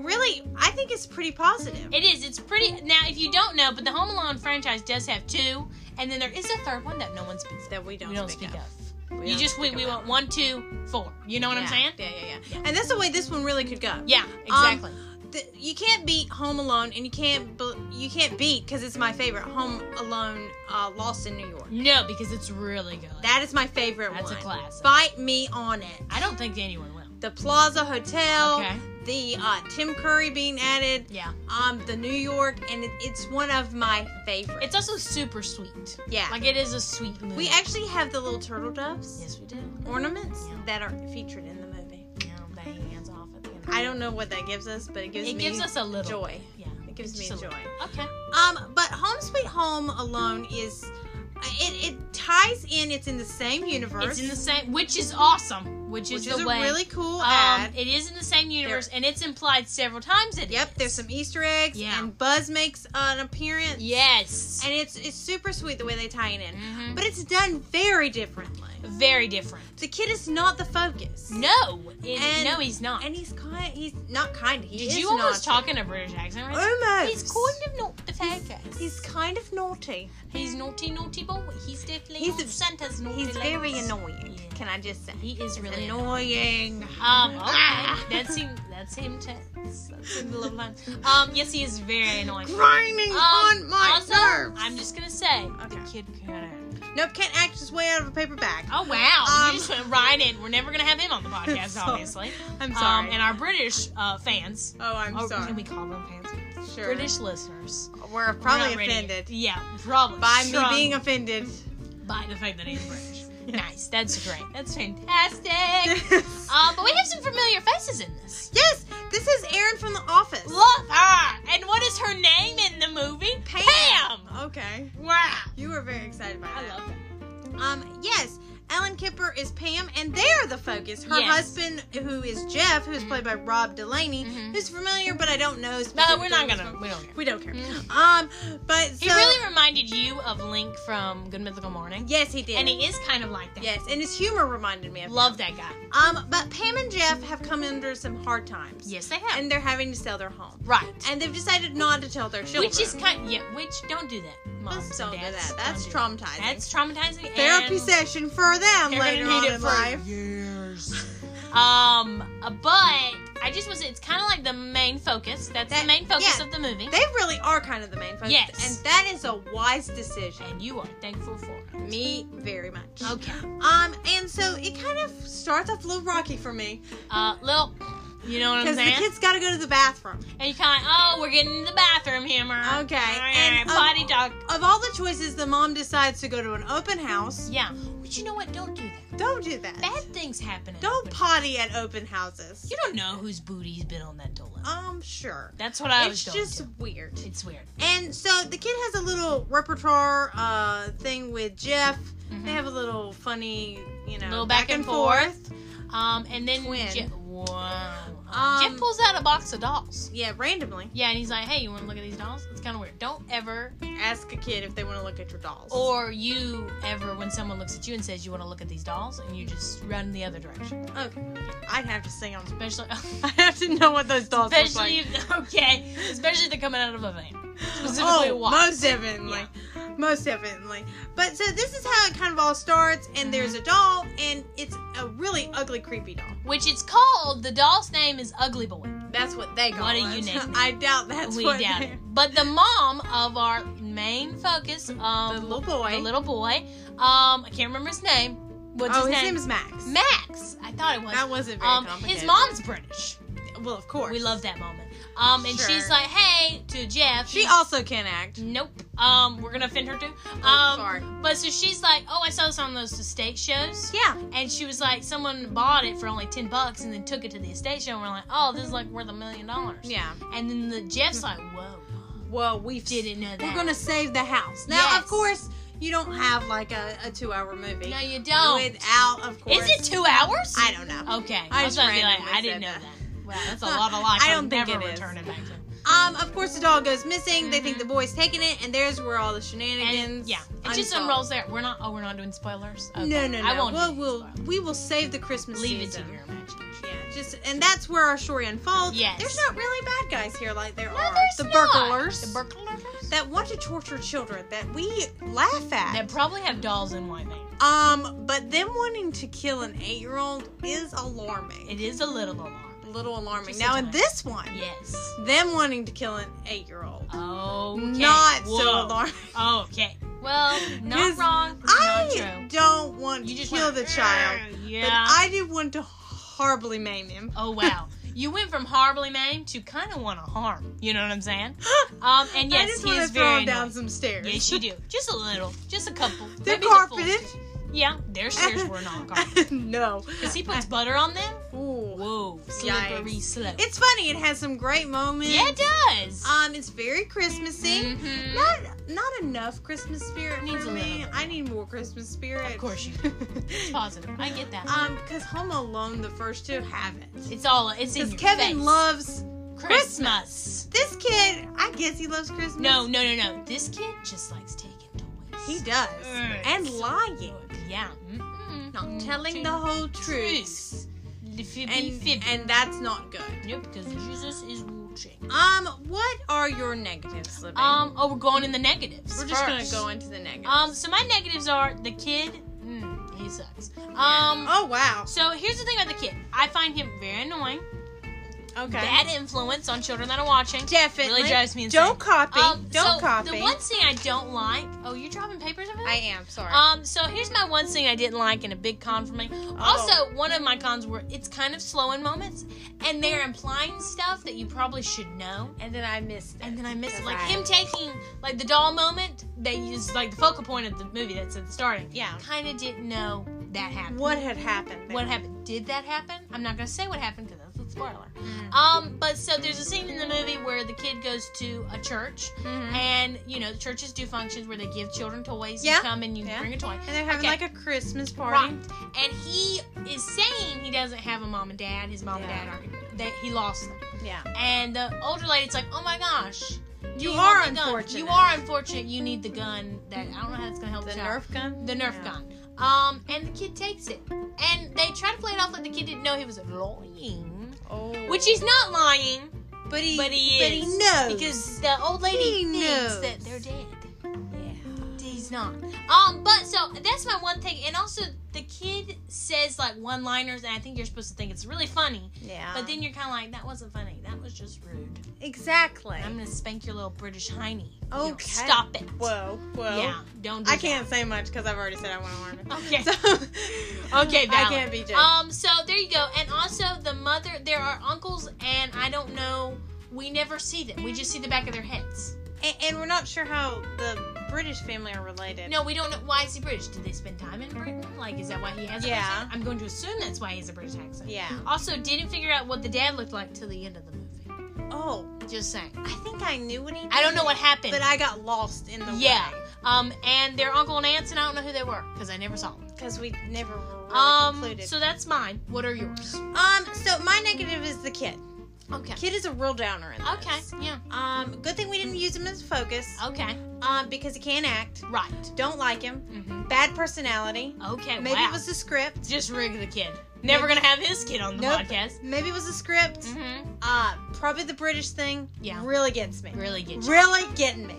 [SPEAKER 1] really, I think is pretty positive.
[SPEAKER 2] It is. It's pretty. Now, if you don't know, but the Home Alone franchise does have two, and then there is a third one that no one speaks.
[SPEAKER 1] that we don't,
[SPEAKER 2] we don't
[SPEAKER 1] speak, up.
[SPEAKER 2] of. You just we, we want one, two, four. You know what I'm saying? Um,
[SPEAKER 1] Yeah, yeah, yeah. And that's the way this one really could go.
[SPEAKER 2] Yeah, exactly.
[SPEAKER 1] Th- you can't beat Home Alone, and you can't be- you can't beat because it's my favorite Home Alone, uh, Lost in New York.
[SPEAKER 2] no, because it's really good.
[SPEAKER 1] That is my favorite
[SPEAKER 2] That's
[SPEAKER 1] one.
[SPEAKER 2] a classic.
[SPEAKER 1] Bite me on it.
[SPEAKER 2] I don't think anyone will.
[SPEAKER 1] the Plaza Hotel,
[SPEAKER 2] Okay.
[SPEAKER 1] the uh, Tim Curry being added,
[SPEAKER 2] Yeah.
[SPEAKER 1] um, the New York, and it, it's one of my favorites.
[SPEAKER 2] It's also super sweet.
[SPEAKER 1] yeah.
[SPEAKER 2] Like it is a sweet movie.
[SPEAKER 1] we actually have the little turtle doves
[SPEAKER 2] yes we do.
[SPEAKER 1] ornaments
[SPEAKER 2] Yeah.
[SPEAKER 1] that are featured in the movie.
[SPEAKER 2] Yeah, they hands off at the end.
[SPEAKER 1] I don't know what that gives us, but it gives
[SPEAKER 2] It
[SPEAKER 1] me
[SPEAKER 2] gives us a little
[SPEAKER 1] joy.
[SPEAKER 2] Yeah,
[SPEAKER 1] It gives
[SPEAKER 2] It's
[SPEAKER 1] me
[SPEAKER 2] just a
[SPEAKER 1] joy.
[SPEAKER 2] little. Okay.
[SPEAKER 1] Um, but Home Sweet Home Alone is It, it ties in. It's in the same universe.
[SPEAKER 2] It's in the same, which is awesome. Which is
[SPEAKER 1] which
[SPEAKER 2] the
[SPEAKER 1] is a
[SPEAKER 2] way.
[SPEAKER 1] really cool
[SPEAKER 2] um,
[SPEAKER 1] ad.
[SPEAKER 2] it is in the same universe, and it's implied several times. That it
[SPEAKER 1] Yep, there's
[SPEAKER 2] is.
[SPEAKER 1] some Easter eggs,
[SPEAKER 2] Yeah.
[SPEAKER 1] and Buzz makes an appearance.
[SPEAKER 2] Yes.
[SPEAKER 1] and it's it's super sweet the way they tie it in,
[SPEAKER 2] Mhm.
[SPEAKER 1] but it's done very differently.
[SPEAKER 2] Very different.
[SPEAKER 1] The kid is not the focus.
[SPEAKER 2] No, it-
[SPEAKER 1] And-
[SPEAKER 2] no, he's not.
[SPEAKER 1] and he's kind. He's not kind. He
[SPEAKER 2] Did
[SPEAKER 1] is
[SPEAKER 2] you almost
[SPEAKER 1] naughty.
[SPEAKER 2] talk in a British accent? Right?
[SPEAKER 1] Almost.
[SPEAKER 2] He's kind of not the focus.
[SPEAKER 1] He's kind of naughty.
[SPEAKER 2] He's naughty, naughty boy. He's definitely
[SPEAKER 1] He's
[SPEAKER 2] he's
[SPEAKER 1] a-
[SPEAKER 2] Santa's naughty.
[SPEAKER 1] He's very
[SPEAKER 2] legs.
[SPEAKER 1] annoying.
[SPEAKER 2] Yeah.
[SPEAKER 1] Can I just say?
[SPEAKER 2] He is really annoying.
[SPEAKER 1] annoying.
[SPEAKER 2] Um, okay.
[SPEAKER 1] Ah.
[SPEAKER 2] that's him. That's him. To, that's him. to love line. Um, yes, he is very annoying.
[SPEAKER 1] Grinding
[SPEAKER 2] Um,
[SPEAKER 1] on my
[SPEAKER 2] also,
[SPEAKER 1] nerves.
[SPEAKER 2] I'm just gonna say the
[SPEAKER 1] Okay.
[SPEAKER 2] kid can
[SPEAKER 1] Nope, can't act his way out of a paper bag.
[SPEAKER 2] Oh wow!
[SPEAKER 1] Um,
[SPEAKER 2] you just went right in. We're never gonna have him on the podcast,
[SPEAKER 1] Sorry.
[SPEAKER 2] obviously.
[SPEAKER 1] I'm
[SPEAKER 2] Um, and our British uh, fans.
[SPEAKER 1] oh, I'm
[SPEAKER 2] or
[SPEAKER 1] sorry.
[SPEAKER 2] Can we call them fans?
[SPEAKER 1] sure.
[SPEAKER 2] British listeners.
[SPEAKER 1] We're
[SPEAKER 2] We're
[SPEAKER 1] probably
[SPEAKER 2] not ready.
[SPEAKER 1] offended
[SPEAKER 2] Yeah, probably.
[SPEAKER 1] by
[SPEAKER 2] Strong-
[SPEAKER 1] me being offended.
[SPEAKER 2] by the fact that he's British. nice. That's great. That's fantastic. um, but we have some familiar faces in this.
[SPEAKER 1] yes, this is Erin from The Office.
[SPEAKER 2] Look, ah, and what is her name in the movie?
[SPEAKER 1] Pam.
[SPEAKER 2] Pam.
[SPEAKER 1] Okay,
[SPEAKER 2] Wow.
[SPEAKER 1] you were very excited by
[SPEAKER 2] I
[SPEAKER 1] that.
[SPEAKER 2] love that.
[SPEAKER 1] Um, yes, Ellen Kipper is Pam, and they're the focus. Her
[SPEAKER 2] Yes.
[SPEAKER 1] husband, who is Jeff, who's played by Rob Delaney,
[SPEAKER 2] Mhm.
[SPEAKER 1] who's familiar, but I don't know.
[SPEAKER 2] No, we're not
[SPEAKER 1] specifically
[SPEAKER 2] gonna. We don't care.
[SPEAKER 1] who's- We don't care.
[SPEAKER 2] Mm.
[SPEAKER 1] Um, but so
[SPEAKER 2] He really reminded you of Link from Good Mythical Morning,
[SPEAKER 1] yes, he did.
[SPEAKER 2] and he is kind of like that.
[SPEAKER 1] yes, and his humor reminded me of him.
[SPEAKER 2] Love that guy.
[SPEAKER 1] Um, but Pam and Jeff have come under some hard times.
[SPEAKER 2] Yes, they have.
[SPEAKER 1] and they're having to sell their home,
[SPEAKER 2] right.
[SPEAKER 1] and they've decided not to tell their children.
[SPEAKER 2] Which is kind. Yeah. Which don't do that. Moms
[SPEAKER 1] Let's
[SPEAKER 2] and
[SPEAKER 1] don't do
[SPEAKER 2] dads,
[SPEAKER 1] that.
[SPEAKER 2] don't
[SPEAKER 1] That's
[SPEAKER 2] do
[SPEAKER 1] traumatizing.
[SPEAKER 2] That's traumatizing.
[SPEAKER 1] Therapy
[SPEAKER 2] and
[SPEAKER 1] session for them
[SPEAKER 2] They're
[SPEAKER 1] later
[SPEAKER 2] gonna
[SPEAKER 1] on
[SPEAKER 2] need
[SPEAKER 1] in
[SPEAKER 2] it for
[SPEAKER 1] life.
[SPEAKER 2] years. um, uh, but I just was. It's kind of like the main focus. That's
[SPEAKER 1] That-
[SPEAKER 2] the main focus
[SPEAKER 1] yeah.
[SPEAKER 2] of the movie,
[SPEAKER 1] They really are kind of the main focus.
[SPEAKER 2] Yes.
[SPEAKER 1] And that is a wise decision.
[SPEAKER 2] and you are thankful for. it.
[SPEAKER 1] Me very much.
[SPEAKER 2] Okay.
[SPEAKER 1] Um, and so it kind of starts off a little rocky for me
[SPEAKER 2] Uh, Lil, you know what I'm
[SPEAKER 1] because the
[SPEAKER 2] saying?
[SPEAKER 1] kid's got to go to the bathroom.
[SPEAKER 2] and you kind of, oh, we're getting in the bathroom, Hammer.
[SPEAKER 1] Okay,
[SPEAKER 2] And,
[SPEAKER 1] and, um,
[SPEAKER 2] body dog.
[SPEAKER 1] Of all the choices, the mom decides to go to an open house.
[SPEAKER 2] Yeah. But you know what? Don't do that.
[SPEAKER 1] Don't do that.
[SPEAKER 2] Bad things happen. at
[SPEAKER 1] Don't
[SPEAKER 2] open-
[SPEAKER 1] potty at open houses.
[SPEAKER 2] You don't know whose booty's been on that toilet.
[SPEAKER 1] Um, sure.
[SPEAKER 2] That's what I
[SPEAKER 1] it's
[SPEAKER 2] was going
[SPEAKER 1] just
[SPEAKER 2] to.
[SPEAKER 1] weird.
[SPEAKER 2] It's weird.
[SPEAKER 1] And so the kid has a little repertoire uh thing with Jeff. They
[SPEAKER 2] Mhm.
[SPEAKER 1] have a little funny, you know,
[SPEAKER 2] Little back and
[SPEAKER 1] forth.
[SPEAKER 2] Um, and then
[SPEAKER 1] Twin.
[SPEAKER 2] Jeff, wow.
[SPEAKER 1] Um,
[SPEAKER 2] Jeff pulls out a box of dolls.
[SPEAKER 1] Yeah, randomly.
[SPEAKER 2] Yeah, and he's like, "Hey, you want to look at these dolls? It's kind of weird. Don't ever,
[SPEAKER 1] ask a kid if they want to look at your dolls.
[SPEAKER 2] or you ever, when someone looks at you and says you want to look at these dolls, and you just run the other direction.
[SPEAKER 1] okay, I'd have to sing on.
[SPEAKER 2] Especially,
[SPEAKER 1] I have to know what those dolls look
[SPEAKER 2] especially
[SPEAKER 1] like.
[SPEAKER 2] if, okay, especially if they're coming out of a van. specifically
[SPEAKER 1] oh,
[SPEAKER 2] what?
[SPEAKER 1] most definitely, most definitely. But so this is how it kind of all starts, and there's a doll, and it's a really ugly, creepy doll.
[SPEAKER 2] Which it's called. The doll's name is Ugly Boy.
[SPEAKER 1] That's what they call
[SPEAKER 2] What
[SPEAKER 1] it.
[SPEAKER 2] a unique name.
[SPEAKER 1] I doubt that's
[SPEAKER 2] we
[SPEAKER 1] what
[SPEAKER 2] doubt
[SPEAKER 1] they-
[SPEAKER 2] it. But the mom of our main focus, um,
[SPEAKER 1] The little boy.
[SPEAKER 2] the little boy, um, I can't remember his name. What's
[SPEAKER 1] oh,
[SPEAKER 2] his, name?
[SPEAKER 1] is Max.
[SPEAKER 2] Max. I thought it was.
[SPEAKER 1] That wasn't very
[SPEAKER 2] Um,
[SPEAKER 1] complicated.
[SPEAKER 2] his mom's British.
[SPEAKER 1] Well, of course.
[SPEAKER 2] We love that moment. Um, and
[SPEAKER 1] Sure.
[SPEAKER 2] she's like, "Hey," to Jeff.
[SPEAKER 1] She
[SPEAKER 2] He's-
[SPEAKER 1] also can act.
[SPEAKER 2] Nope. Um, we're gonna offend her too. Um,
[SPEAKER 1] Oh, sorry.
[SPEAKER 2] but so she's like, "Oh, I saw this on those estate shows."
[SPEAKER 1] Yeah.
[SPEAKER 2] And she was like, someone bought it for only ten bucks and then took it to the estate show. And we're like, oh, this is like worth a million dollars.
[SPEAKER 1] Yeah.
[SPEAKER 2] And then the Jeff's like, whoa,
[SPEAKER 1] Well, we've
[SPEAKER 2] didn't know that.
[SPEAKER 1] We're gonna save the house. Now,
[SPEAKER 2] Yes.
[SPEAKER 1] of course, you don't have like a, a two-hour movie.
[SPEAKER 2] No, you don't.
[SPEAKER 1] Without, of course.
[SPEAKER 2] Is it two hours?
[SPEAKER 1] I don't know.
[SPEAKER 2] okay.
[SPEAKER 1] I
[SPEAKER 2] I was about to be like,
[SPEAKER 1] randomly
[SPEAKER 2] I didn't know
[SPEAKER 1] said
[SPEAKER 2] that.
[SPEAKER 1] that.
[SPEAKER 2] Wow, that's a lot of life.
[SPEAKER 1] I don't
[SPEAKER 2] I'm
[SPEAKER 1] think
[SPEAKER 2] never
[SPEAKER 1] it is.
[SPEAKER 2] returning back to.
[SPEAKER 1] Um, of course, the dog goes missing. They think
[SPEAKER 2] Mhm.
[SPEAKER 1] the boy's taking it, and there's where all the
[SPEAKER 2] And,
[SPEAKER 1] shenanigans.
[SPEAKER 2] yeah, it just
[SPEAKER 1] unfold.
[SPEAKER 2] unrolls there. We're not. Oh, we're not doing spoilers. Okay.
[SPEAKER 1] No, no, no.
[SPEAKER 2] I won't. do
[SPEAKER 1] Well,
[SPEAKER 2] any
[SPEAKER 1] we'll
[SPEAKER 2] spoilers.
[SPEAKER 1] we will save the Christmas
[SPEAKER 2] leave it to
[SPEAKER 1] season.
[SPEAKER 2] your imagination.
[SPEAKER 1] Yeah, just and that's where our story unfolds.
[SPEAKER 2] Yes.
[SPEAKER 1] There's not really bad guys here like there
[SPEAKER 2] No,
[SPEAKER 1] are
[SPEAKER 2] there's
[SPEAKER 1] the
[SPEAKER 2] not.
[SPEAKER 1] burglars
[SPEAKER 2] The burglars.
[SPEAKER 1] that want to torture children that we laugh at.
[SPEAKER 2] That probably have dolls in white vans.
[SPEAKER 1] Um, but them wanting to kill an eight-year-old is alarming.
[SPEAKER 2] It is a little alarming.
[SPEAKER 1] a little alarming.
[SPEAKER 2] Just
[SPEAKER 1] Now in
[SPEAKER 2] sometimes.
[SPEAKER 1] this one,
[SPEAKER 2] Yes.
[SPEAKER 1] them wanting to kill an eight-year-old,
[SPEAKER 2] Oh.
[SPEAKER 1] not so
[SPEAKER 2] Whoa.
[SPEAKER 1] alarming.
[SPEAKER 2] Okay. Well, not
[SPEAKER 1] 'Cause
[SPEAKER 2] wrong.
[SPEAKER 1] I
[SPEAKER 2] not true.
[SPEAKER 1] don't want
[SPEAKER 2] You
[SPEAKER 1] to
[SPEAKER 2] just
[SPEAKER 1] kill
[SPEAKER 2] went,
[SPEAKER 1] the child,
[SPEAKER 2] "Argh,"
[SPEAKER 1] but
[SPEAKER 2] Yeah.
[SPEAKER 1] I do want to horribly maim him.
[SPEAKER 2] oh wow. You went from horribly maimed to kind of want to harm. You know what I'm saying? Um, and
[SPEAKER 1] I
[SPEAKER 2] yes,
[SPEAKER 1] just
[SPEAKER 2] he
[SPEAKER 1] want
[SPEAKER 2] is
[SPEAKER 1] to throw
[SPEAKER 2] very
[SPEAKER 1] him down
[SPEAKER 2] annoying.
[SPEAKER 1] some stairs.
[SPEAKER 2] Yes, you do. Just a little. Just a couple.
[SPEAKER 1] They're
[SPEAKER 2] Maybe the full
[SPEAKER 1] carpeted.
[SPEAKER 2] stitch. Yeah, their stairs were not gone.
[SPEAKER 1] no.
[SPEAKER 2] Because he puts butter on them.
[SPEAKER 1] Ooh.
[SPEAKER 2] Whoa, slippery
[SPEAKER 1] Yikes.
[SPEAKER 2] slope.
[SPEAKER 1] It's funny. It has some great moments.
[SPEAKER 2] yeah, it does.
[SPEAKER 1] Um, it's very Christmassy.
[SPEAKER 2] Mhm.
[SPEAKER 1] Not not enough Christmas spirit
[SPEAKER 2] Needs
[SPEAKER 1] for
[SPEAKER 2] a little
[SPEAKER 1] me.
[SPEAKER 2] bit.
[SPEAKER 1] I need more Christmas spirit.
[SPEAKER 2] Of course you It's positive. I get that.
[SPEAKER 1] um, because Home Alone, the first two haven't.
[SPEAKER 2] it's all it's in
[SPEAKER 1] Because
[SPEAKER 2] your
[SPEAKER 1] Kevin
[SPEAKER 2] face.
[SPEAKER 1] loves
[SPEAKER 2] Christmas.
[SPEAKER 1] this kid. I guess he loves Christmas.
[SPEAKER 2] No, no, no, no. This kid just likes taking toys.
[SPEAKER 1] he does,
[SPEAKER 2] Mm,
[SPEAKER 1] and
[SPEAKER 2] so
[SPEAKER 1] lying,
[SPEAKER 2] good. Yeah. Mm-mm.
[SPEAKER 1] not
[SPEAKER 2] Mm,
[SPEAKER 1] telling
[SPEAKER 2] true.
[SPEAKER 1] the whole truth.
[SPEAKER 2] truth. Fibby,
[SPEAKER 1] And,
[SPEAKER 2] fibby.
[SPEAKER 1] and that's not good.
[SPEAKER 2] Yep, because Jesus is watching.
[SPEAKER 1] Um, what are your negatives, Libby?
[SPEAKER 2] Um, oh, we're going in the negatives.
[SPEAKER 1] We're just going
[SPEAKER 2] first.
[SPEAKER 1] to go into the negatives.
[SPEAKER 2] Um, so my negatives are the kid. Mm, he sucks. Um,
[SPEAKER 1] oh, wow.
[SPEAKER 2] so here's the thing about the kid. I find him very annoying.
[SPEAKER 1] Okay.
[SPEAKER 2] Bad influence on children that are watching.
[SPEAKER 1] Definitely.
[SPEAKER 2] Really drives me insane.
[SPEAKER 1] Don't copy.
[SPEAKER 2] Um, so
[SPEAKER 1] Don't copy.
[SPEAKER 2] The one thing I don't like. Oh, you're dropping papers over there.
[SPEAKER 1] I am, sorry.
[SPEAKER 2] Um, so here's my one thing I didn't like and a big con for me.
[SPEAKER 1] Oh.
[SPEAKER 2] Also, one of my cons were it's kind of slow in moments, and they're implying stuff that you probably should know.
[SPEAKER 1] and then I missed it.
[SPEAKER 2] And then I miss it.
[SPEAKER 1] Because
[SPEAKER 2] Like
[SPEAKER 1] I-
[SPEAKER 2] him taking like the doll moment that is like the focal point of the movie that's at the starting.
[SPEAKER 1] Yeah.
[SPEAKER 2] Kinda didn't know that happened.
[SPEAKER 1] What had happened? there?
[SPEAKER 2] What happened? Did that happen? I'm not gonna say what happened because that's a spoiler.
[SPEAKER 1] Mm.
[SPEAKER 2] Um, but so there's a scene in the movie where the kid goes to a church,
[SPEAKER 1] Mhm.
[SPEAKER 2] and you know the churches do functions where they give children toys.
[SPEAKER 1] Yeah.
[SPEAKER 2] You come and you
[SPEAKER 1] Yeah.
[SPEAKER 2] bring a toy.
[SPEAKER 1] And they're having
[SPEAKER 2] Okay.
[SPEAKER 1] like a Christmas
[SPEAKER 2] Right.
[SPEAKER 1] party.
[SPEAKER 2] And he is saying he doesn't have a mom and dad. His mom
[SPEAKER 1] Yeah.
[SPEAKER 2] and dad are that he lost them.
[SPEAKER 1] Yeah.
[SPEAKER 2] And the older lady's like, "Oh my gosh,
[SPEAKER 1] You
[SPEAKER 2] want
[SPEAKER 1] are
[SPEAKER 2] the gun.
[SPEAKER 1] unfortunate.
[SPEAKER 2] You are unfortunate. You need the gun that I don't know how that's gonna help
[SPEAKER 1] The
[SPEAKER 2] the child.
[SPEAKER 1] Nerf gun?
[SPEAKER 2] The Nerf
[SPEAKER 1] Yeah.
[SPEAKER 2] gun. Um, and the kid takes it, and they try to play it off like the kid didn't know he was lying,
[SPEAKER 1] Oh.
[SPEAKER 2] which he's not lying,
[SPEAKER 1] But he,
[SPEAKER 2] but he
[SPEAKER 1] but
[SPEAKER 2] is
[SPEAKER 1] he knows.
[SPEAKER 2] because the old lady
[SPEAKER 1] He
[SPEAKER 2] thinks
[SPEAKER 1] knows.
[SPEAKER 2] that they're dead.
[SPEAKER 1] Yeah.
[SPEAKER 2] He's not. Um, but so that's my one thing, and also the kid says like one-liners, and I think you're supposed to think it's really funny,
[SPEAKER 1] Yeah.
[SPEAKER 2] but then you're kind of like, that wasn't funny. That was just rude.
[SPEAKER 1] Exactly.
[SPEAKER 2] I'm gonna spank your little British hiney. You know,
[SPEAKER 1] Okay.
[SPEAKER 2] stop it.
[SPEAKER 1] Whoa, whoa.
[SPEAKER 2] Yeah, don't. Do
[SPEAKER 1] I can't say much because I've already said I want to learn it.
[SPEAKER 2] that. Okay.
[SPEAKER 1] So,
[SPEAKER 2] okay.
[SPEAKER 1] I
[SPEAKER 2] Valid.
[SPEAKER 1] can't be judged.
[SPEAKER 2] Um. So there you go. And also the mother. There are uncles, and I don't know. We never see them. We just see the back of their heads.
[SPEAKER 1] and, and we're not sure how the British family are related.
[SPEAKER 2] No, we don't know why is he British. Did they spend time in Britain? Like, is that why he has? A British
[SPEAKER 1] Yeah.
[SPEAKER 2] accent? I'm going to assume that's why he has a British accent.
[SPEAKER 1] Yeah.
[SPEAKER 2] Also, didn't figure out what the dad looked like till the end of the movie.
[SPEAKER 1] Oh,
[SPEAKER 2] Just saying.
[SPEAKER 1] I think I knew what he.
[SPEAKER 2] I don't know
[SPEAKER 1] did,
[SPEAKER 2] what happened.
[SPEAKER 1] But I got lost in the
[SPEAKER 2] Yeah.
[SPEAKER 1] way
[SPEAKER 2] Um, and their uncle and aunts, and I don't know who they were because I never saw them.
[SPEAKER 1] because we never were really
[SPEAKER 2] Um,
[SPEAKER 1] concluded.
[SPEAKER 2] so that's mine. What are yours?
[SPEAKER 1] um, so my negative is the kid.
[SPEAKER 2] Okay.
[SPEAKER 1] Kid is a real downer in
[SPEAKER 2] Okay.
[SPEAKER 1] this.
[SPEAKER 2] Yeah.
[SPEAKER 1] Um, good thing we didn't use him as focus.
[SPEAKER 2] Okay.
[SPEAKER 1] Um, because he can't act.
[SPEAKER 2] Right.
[SPEAKER 1] Don't like him.
[SPEAKER 2] Mm-hmm.
[SPEAKER 1] Bad personality.
[SPEAKER 2] Okay.
[SPEAKER 1] Maybe
[SPEAKER 2] wow.
[SPEAKER 1] it was the script.
[SPEAKER 2] just rig the kid. Never gonna have his kid on the
[SPEAKER 1] Nope.
[SPEAKER 2] podcast.
[SPEAKER 1] Maybe it was the script.
[SPEAKER 2] Mm-hmm.
[SPEAKER 1] Uh, probably the British thing.
[SPEAKER 2] Yeah.
[SPEAKER 1] Really gets me.
[SPEAKER 2] Really get you.
[SPEAKER 1] Really getting me.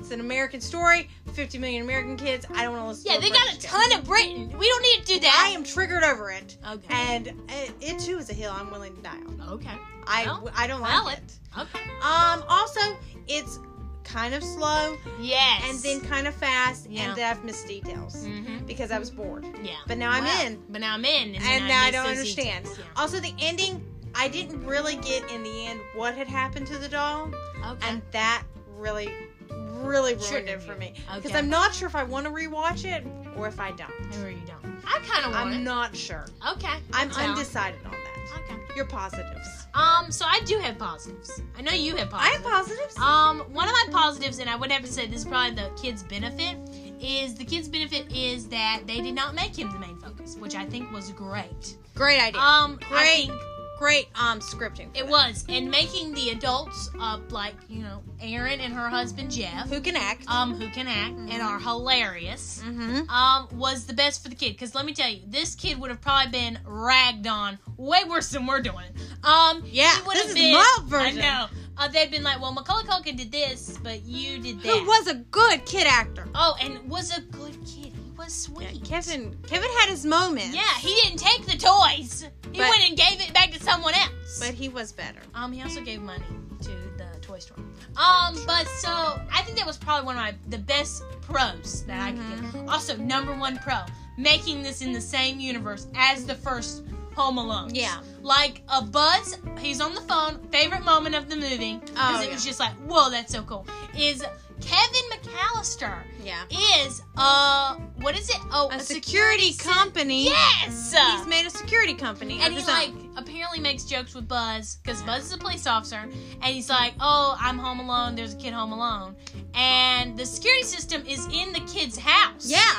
[SPEAKER 1] It's an American story. 50 million American kids. I don't want to listen
[SPEAKER 2] Yeah,
[SPEAKER 1] to a
[SPEAKER 2] they got a
[SPEAKER 1] British
[SPEAKER 2] ton of Britain. We don't need to do
[SPEAKER 1] kid. I
[SPEAKER 2] that.
[SPEAKER 1] am triggered over it.
[SPEAKER 2] okay.
[SPEAKER 1] And it, it too is a hill I'm willing to die on.
[SPEAKER 2] okay.
[SPEAKER 1] I,
[SPEAKER 2] Well,
[SPEAKER 1] I don't like
[SPEAKER 2] valid.
[SPEAKER 1] it.
[SPEAKER 2] Okay.
[SPEAKER 1] Um, also, it's kind of slow
[SPEAKER 2] Yes.
[SPEAKER 1] and then kind of fast,
[SPEAKER 2] Yeah.
[SPEAKER 1] and then I've missed details
[SPEAKER 2] Mm-hmm.
[SPEAKER 1] because I was bored.
[SPEAKER 2] Yeah.
[SPEAKER 1] But now I'm
[SPEAKER 2] Wow.
[SPEAKER 1] in.
[SPEAKER 2] But now I'm in. And, then
[SPEAKER 1] and now I
[SPEAKER 2] miss
[SPEAKER 1] don't
[SPEAKER 2] those
[SPEAKER 1] understand.
[SPEAKER 2] details.
[SPEAKER 1] Also, the ending, I didn't really get in the end what had happened to the doll,
[SPEAKER 2] Yeah. Okay.
[SPEAKER 1] and that really, really ruined
[SPEAKER 2] Triggered
[SPEAKER 1] it for
[SPEAKER 2] you.
[SPEAKER 1] me. Because
[SPEAKER 2] Okay.
[SPEAKER 1] I'm not sure if I want to rewatch it or if I don't.
[SPEAKER 2] Or you don't. I kind of want
[SPEAKER 1] I'm
[SPEAKER 2] it.
[SPEAKER 1] not sure.
[SPEAKER 2] okay.
[SPEAKER 1] I'm
[SPEAKER 2] that's valid.
[SPEAKER 1] undecided on that.
[SPEAKER 2] Okay.
[SPEAKER 1] Your positives.
[SPEAKER 2] Um, so I do have positives. I know you have
[SPEAKER 1] I
[SPEAKER 2] positives.
[SPEAKER 1] have positives.
[SPEAKER 2] Um, one of my positives, and I would have to say this is probably the kid's benefit, is the kid's benefit is that they did not make him the main focus, which I think was great.
[SPEAKER 1] Great idea.
[SPEAKER 2] Um, I
[SPEAKER 1] Great.
[SPEAKER 2] think
[SPEAKER 1] Great um scripting. for
[SPEAKER 2] it
[SPEAKER 1] that.
[SPEAKER 2] was, and making the adults up like you know Aaron and her husband Jeff,
[SPEAKER 1] Who can act?
[SPEAKER 2] um, who can act
[SPEAKER 1] Mhm.
[SPEAKER 2] and are hilarious.
[SPEAKER 1] mm-hmm.
[SPEAKER 2] Um, was the best for the kid because let me tell you, this kid would have probably been ragged on way worse than we're doing. Um,
[SPEAKER 1] Yeah,
[SPEAKER 2] he would
[SPEAKER 1] this
[SPEAKER 2] have
[SPEAKER 1] is
[SPEAKER 2] been.
[SPEAKER 1] mild
[SPEAKER 2] I
[SPEAKER 1] version.
[SPEAKER 2] know. Uh, they'd been like, well, Macaulay Culkin did this, but you did that.
[SPEAKER 1] Who was a good kid actor?
[SPEAKER 2] Oh, and was a good kid. He was sweet.
[SPEAKER 1] Kevin. Kevin had his moments.
[SPEAKER 2] Yeah, he didn't take the toys. He
[SPEAKER 1] But-
[SPEAKER 2] went and gave it back to someone else.
[SPEAKER 1] but he was better.
[SPEAKER 2] um, he also gave money to the toy store. Um, but so I think that was probably one of my the best pros Mm-hmm. that I could get. Also, number one pro, making this in the same universe as the first Home Alone.
[SPEAKER 1] Yeah.
[SPEAKER 2] Like a buzz, he's on the phone. Favorite moment of the movie because
[SPEAKER 1] Oh,
[SPEAKER 2] it
[SPEAKER 1] yeah.
[SPEAKER 2] was just like, whoa, that's so cool. Is Kevin McAllister
[SPEAKER 1] Yeah.
[SPEAKER 2] is uh what is it? Oh,
[SPEAKER 1] A security company.
[SPEAKER 2] Yes.
[SPEAKER 1] He's made a security company. of
[SPEAKER 2] and he
[SPEAKER 1] his own.
[SPEAKER 2] like apparently makes jokes with Buzz because Buzz is a police officer, and he's like, "Oh, I'm home alone. There's a kid home alone," and the security system is in the kid's house.
[SPEAKER 1] Yeah.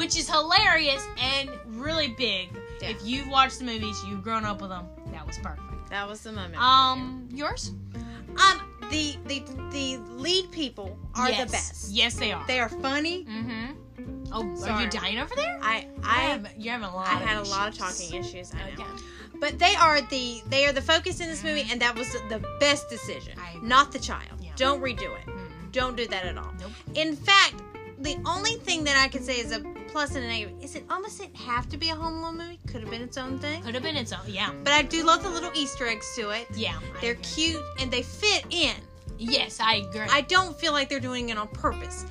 [SPEAKER 2] which is hilarious and really big.
[SPEAKER 1] Yeah.
[SPEAKER 2] If you've watched the movies, you've grown up with them. That was perfect.
[SPEAKER 1] That was the moment.
[SPEAKER 2] Um, yours
[SPEAKER 1] um the the the lead people are
[SPEAKER 2] yes.
[SPEAKER 1] the best.
[SPEAKER 2] Yes, they are.
[SPEAKER 1] They are funny.
[SPEAKER 2] mm-hmm. Oh, are
[SPEAKER 1] Sorry.
[SPEAKER 2] you dying over there?
[SPEAKER 1] I I
[SPEAKER 2] You're having- you're having a lot.
[SPEAKER 1] I
[SPEAKER 2] of
[SPEAKER 1] had a lot of
[SPEAKER 2] issues. Oh,
[SPEAKER 1] talking issues. I know.
[SPEAKER 2] Okay.
[SPEAKER 1] But they are the they are the focus in this movie,
[SPEAKER 2] Mhm.
[SPEAKER 1] and that was the best decision.
[SPEAKER 2] I agree.
[SPEAKER 1] Not the child.
[SPEAKER 2] Yeah.
[SPEAKER 1] Don't redo it.
[SPEAKER 2] Mm.
[SPEAKER 1] Don't do that at all.
[SPEAKER 2] Nope.
[SPEAKER 1] In fact, the only thing that I could say is a plus and a negative is it almost didn't have to be a Home Alone movie. Could have been its own thing.
[SPEAKER 2] Could have been its own. Yeah.
[SPEAKER 1] But I do love the little Easter eggs to it.
[SPEAKER 2] Yeah. I
[SPEAKER 1] They're
[SPEAKER 2] agree.
[SPEAKER 1] cute and they fit in.
[SPEAKER 2] Yes, I agree.
[SPEAKER 1] I don't feel like they're doing it on purpose.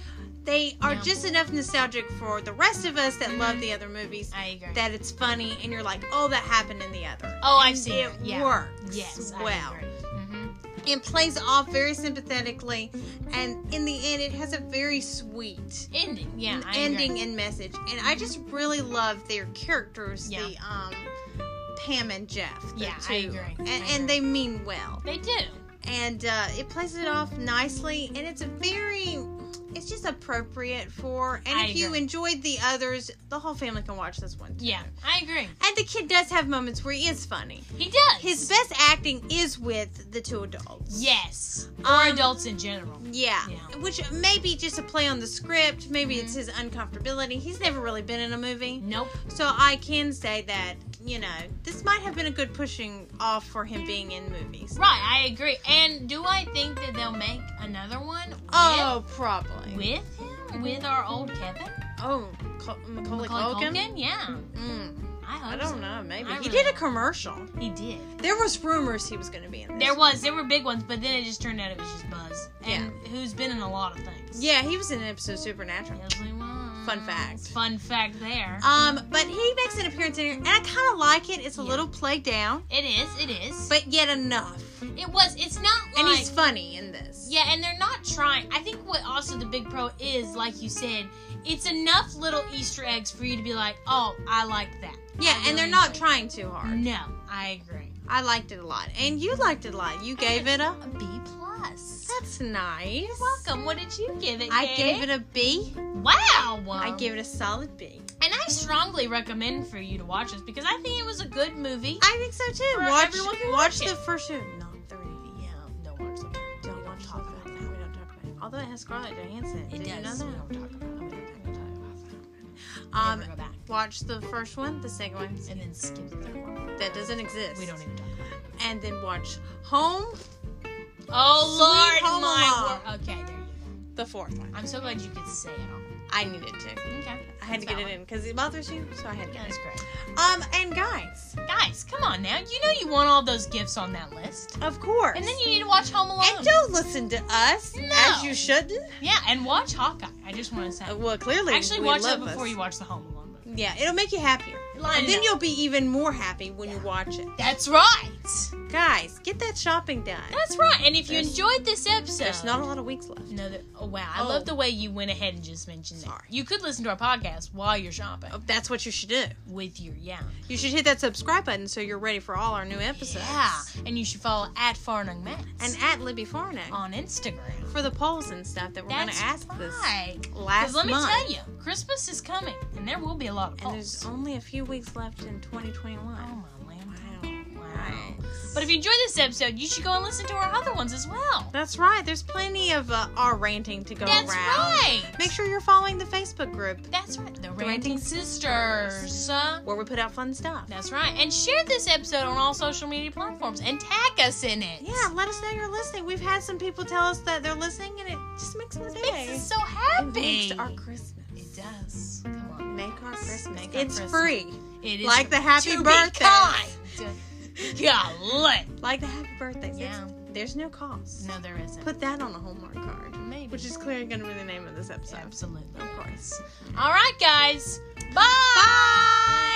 [SPEAKER 1] They are
[SPEAKER 2] No.
[SPEAKER 1] just enough nostalgic for the rest of us that love
[SPEAKER 2] Mhm.
[SPEAKER 1] the other movies
[SPEAKER 2] I agree.
[SPEAKER 1] that it's funny and you're like, oh, that happened in the other.
[SPEAKER 2] oh, I've
[SPEAKER 1] And
[SPEAKER 2] seen
[SPEAKER 1] it
[SPEAKER 2] it. Yeah.
[SPEAKER 1] works
[SPEAKER 2] Yes.
[SPEAKER 1] well.
[SPEAKER 2] I agree. Mhm.
[SPEAKER 1] It plays off very sympathetically, and in the end, it has a very sweet
[SPEAKER 2] Ending. Yeah. I
[SPEAKER 1] ending
[SPEAKER 2] Agree.
[SPEAKER 1] and message. And I just really love their characters,
[SPEAKER 2] Yeah.
[SPEAKER 1] the um, Pam and Jeff. the
[SPEAKER 2] Yeah,
[SPEAKER 1] two.
[SPEAKER 2] I agree. I
[SPEAKER 1] And,
[SPEAKER 2] agree.
[SPEAKER 1] and they mean well.
[SPEAKER 2] They do.
[SPEAKER 1] and uh, it plays it off nicely and it's a very it's just appropriate for and
[SPEAKER 2] I
[SPEAKER 1] if you
[SPEAKER 2] agree.
[SPEAKER 1] enjoyed the others the whole family can watch this one too.
[SPEAKER 2] Yeah. I agree.
[SPEAKER 1] and the kid does have moments where he is funny
[SPEAKER 2] He does.
[SPEAKER 1] his best acting is with the two adults
[SPEAKER 2] Yes.
[SPEAKER 1] Um,
[SPEAKER 2] or adults in general.
[SPEAKER 1] yeah,
[SPEAKER 2] Yeah. Mm-hmm.
[SPEAKER 1] which may be just a play on the script maybe it's his uncomfortability he's never really been in a movie
[SPEAKER 2] Nope.
[SPEAKER 1] so i can say that you know this might have been a good pushing off for him being in movies
[SPEAKER 2] Right. I agree. And do I think that they'll make another one? With,
[SPEAKER 1] oh probably
[SPEAKER 2] With him? With our old Kevin?
[SPEAKER 1] oh Col- macaulay,
[SPEAKER 2] Macaulay
[SPEAKER 1] culkin,
[SPEAKER 2] Culkin? Yeah.
[SPEAKER 1] Mm.
[SPEAKER 2] I hope
[SPEAKER 1] I
[SPEAKER 2] so.
[SPEAKER 1] don't know. Maybe
[SPEAKER 2] I
[SPEAKER 1] he
[SPEAKER 2] really
[SPEAKER 1] did a
[SPEAKER 2] don't.
[SPEAKER 1] commercial.
[SPEAKER 2] He did.
[SPEAKER 1] There was rumors he was going to be in. This.
[SPEAKER 2] There was there were big ones, but then it just turned out it was just Buzz. And who's been in a lot of things.
[SPEAKER 1] Yeah, he was in an episode of Supernatural.
[SPEAKER 2] Yes, he was.
[SPEAKER 1] Fun fact.
[SPEAKER 2] Fun fact there.
[SPEAKER 1] Um, but he makes an appearance in here, and I kind of like it. It's a
[SPEAKER 2] Yeah.
[SPEAKER 1] little played down,
[SPEAKER 2] it is, it is.
[SPEAKER 1] but yet enough.
[SPEAKER 2] it was it's not like
[SPEAKER 1] and he's funny in this.
[SPEAKER 2] Yeah, and they're not trying. I think what also the big pro is, like you said, it's enough little Easter eggs for you to be like, oh, I like that.
[SPEAKER 1] Yeah,
[SPEAKER 2] I
[SPEAKER 1] and they're
[SPEAKER 2] really
[SPEAKER 1] not
[SPEAKER 2] like
[SPEAKER 1] trying too hard.
[SPEAKER 2] No, I agree.
[SPEAKER 1] I liked it a lot, and you liked it a lot. You gave it a.
[SPEAKER 2] A B plus.
[SPEAKER 1] That's nice.
[SPEAKER 2] You're welcome. What did you give it?
[SPEAKER 1] I gave it a B.
[SPEAKER 2] A- wow.
[SPEAKER 1] I gave it a solid B.
[SPEAKER 2] And I strongly recommend for you to watch this because I think it was a good movie.
[SPEAKER 1] I think so too.
[SPEAKER 2] For
[SPEAKER 1] Watch,
[SPEAKER 2] everyone who
[SPEAKER 1] watch
[SPEAKER 2] liked it.
[SPEAKER 1] the first two. Not three.
[SPEAKER 2] yeah, don't watch the
[SPEAKER 1] Don't want to talk about that. We don't talk about it. Although it has Scarlett Johansson.
[SPEAKER 2] It
[SPEAKER 1] Did you know
[SPEAKER 2] does.
[SPEAKER 1] that?
[SPEAKER 2] We don't talk about it.
[SPEAKER 1] Oh, we don't talk about
[SPEAKER 2] Um,
[SPEAKER 1] it.
[SPEAKER 2] go
[SPEAKER 1] Um,
[SPEAKER 2] back
[SPEAKER 1] watch the first one, the second one.
[SPEAKER 2] and then skip the third one.
[SPEAKER 1] That doesn't exist.
[SPEAKER 2] We don't even talk about it.
[SPEAKER 1] And then watch Home,
[SPEAKER 2] Oh
[SPEAKER 1] Sweet
[SPEAKER 2] Lord,
[SPEAKER 1] Home
[SPEAKER 2] my word. Okay, there you go.
[SPEAKER 1] the fourth one.
[SPEAKER 2] I'm so glad you could say it all.
[SPEAKER 1] I needed to.
[SPEAKER 2] Okay,
[SPEAKER 1] I had
[SPEAKER 2] that's
[SPEAKER 1] to get it
[SPEAKER 2] valid.
[SPEAKER 1] in because it bothers you, so I had to
[SPEAKER 2] Yeah,
[SPEAKER 1] get
[SPEAKER 2] That's
[SPEAKER 1] it.
[SPEAKER 2] great.
[SPEAKER 1] Um, and guys,
[SPEAKER 2] Guys, come on now. You know you want all those gifts on that list,
[SPEAKER 1] of course.
[SPEAKER 2] and then you need to watch Home Alone.
[SPEAKER 1] And don't listen to us
[SPEAKER 2] No.
[SPEAKER 1] as you shouldn't.
[SPEAKER 2] yeah, and watch Hawkeye. I just want to say,
[SPEAKER 1] Uh, well, clearly,
[SPEAKER 2] actually
[SPEAKER 1] we
[SPEAKER 2] watch
[SPEAKER 1] love
[SPEAKER 2] that before
[SPEAKER 1] us.
[SPEAKER 2] you watch the Home Alone movie.
[SPEAKER 1] Yeah, it'll make you happier.
[SPEAKER 2] Line
[SPEAKER 1] and
[SPEAKER 2] it
[SPEAKER 1] then
[SPEAKER 2] up.
[SPEAKER 1] you'll be even more happy when you watch it.
[SPEAKER 2] That's right.
[SPEAKER 1] Guys, get that shopping done.
[SPEAKER 2] That's right. And if you
[SPEAKER 1] There's-
[SPEAKER 2] enjoyed this episode,
[SPEAKER 1] There's not a lot of weeks left.
[SPEAKER 2] No, there- oh wow! I
[SPEAKER 1] Oh.
[SPEAKER 2] love the way you went ahead and just mentioned that.
[SPEAKER 1] Sorry. Oh.
[SPEAKER 2] You could listen to our podcast while you're shopping
[SPEAKER 1] That's what you should do.
[SPEAKER 2] with your yeah.
[SPEAKER 1] You should hit that subscribe button so you're ready for all our new episodes.
[SPEAKER 2] Yeah, and you should follow at Farnung Max
[SPEAKER 1] And at Libby Farnack
[SPEAKER 2] on Instagram.
[SPEAKER 1] for the polls and stuff that we're going to
[SPEAKER 2] That's
[SPEAKER 1] ask
[SPEAKER 2] right.
[SPEAKER 1] this
[SPEAKER 2] 'Cause
[SPEAKER 1] last
[SPEAKER 2] let me
[SPEAKER 1] month.
[SPEAKER 2] tell you, Christmas is coming, and there will be a lot of
[SPEAKER 1] and there's
[SPEAKER 2] polls.
[SPEAKER 1] only a few weeks left in 2021.
[SPEAKER 2] Oh my land!
[SPEAKER 1] Wow.
[SPEAKER 2] Wow. But if you enjoyed this episode, you should go and listen to our other ones as well.
[SPEAKER 1] That's right. There's plenty of uh, our ranting to go
[SPEAKER 2] That's
[SPEAKER 1] around.
[SPEAKER 2] right.
[SPEAKER 1] Make sure you're following the Facebook group
[SPEAKER 2] That's right. The, Ranting,
[SPEAKER 1] Ranting
[SPEAKER 2] Sisters. Uh,
[SPEAKER 1] where we put out fun stuff.
[SPEAKER 2] That's right. And share this episode on all social media platforms and tag us in it.
[SPEAKER 1] Yeah, let us know you're listening. We've had some people tell us that they're listening, and it just makes our day.
[SPEAKER 2] Makes us so
[SPEAKER 1] It
[SPEAKER 2] happy.
[SPEAKER 1] makes our Christmas.
[SPEAKER 2] It does. Come on.
[SPEAKER 1] Make our Christmas.
[SPEAKER 2] Make our
[SPEAKER 1] it's
[SPEAKER 2] Christmas.
[SPEAKER 1] free.
[SPEAKER 2] It is
[SPEAKER 1] Like the happy
[SPEAKER 2] to
[SPEAKER 1] birthday.
[SPEAKER 2] Be kind. Golly.
[SPEAKER 1] Like the happy birthday.
[SPEAKER 2] Yeah.
[SPEAKER 1] It's- There's no cost.
[SPEAKER 2] No, there isn't.
[SPEAKER 1] Put that on a Hallmark card,
[SPEAKER 2] Maybe.
[SPEAKER 1] which is clearly going to be the name of this episode.
[SPEAKER 2] absolutely.
[SPEAKER 1] Of course.
[SPEAKER 2] All right, guys. Bye.
[SPEAKER 1] Bye.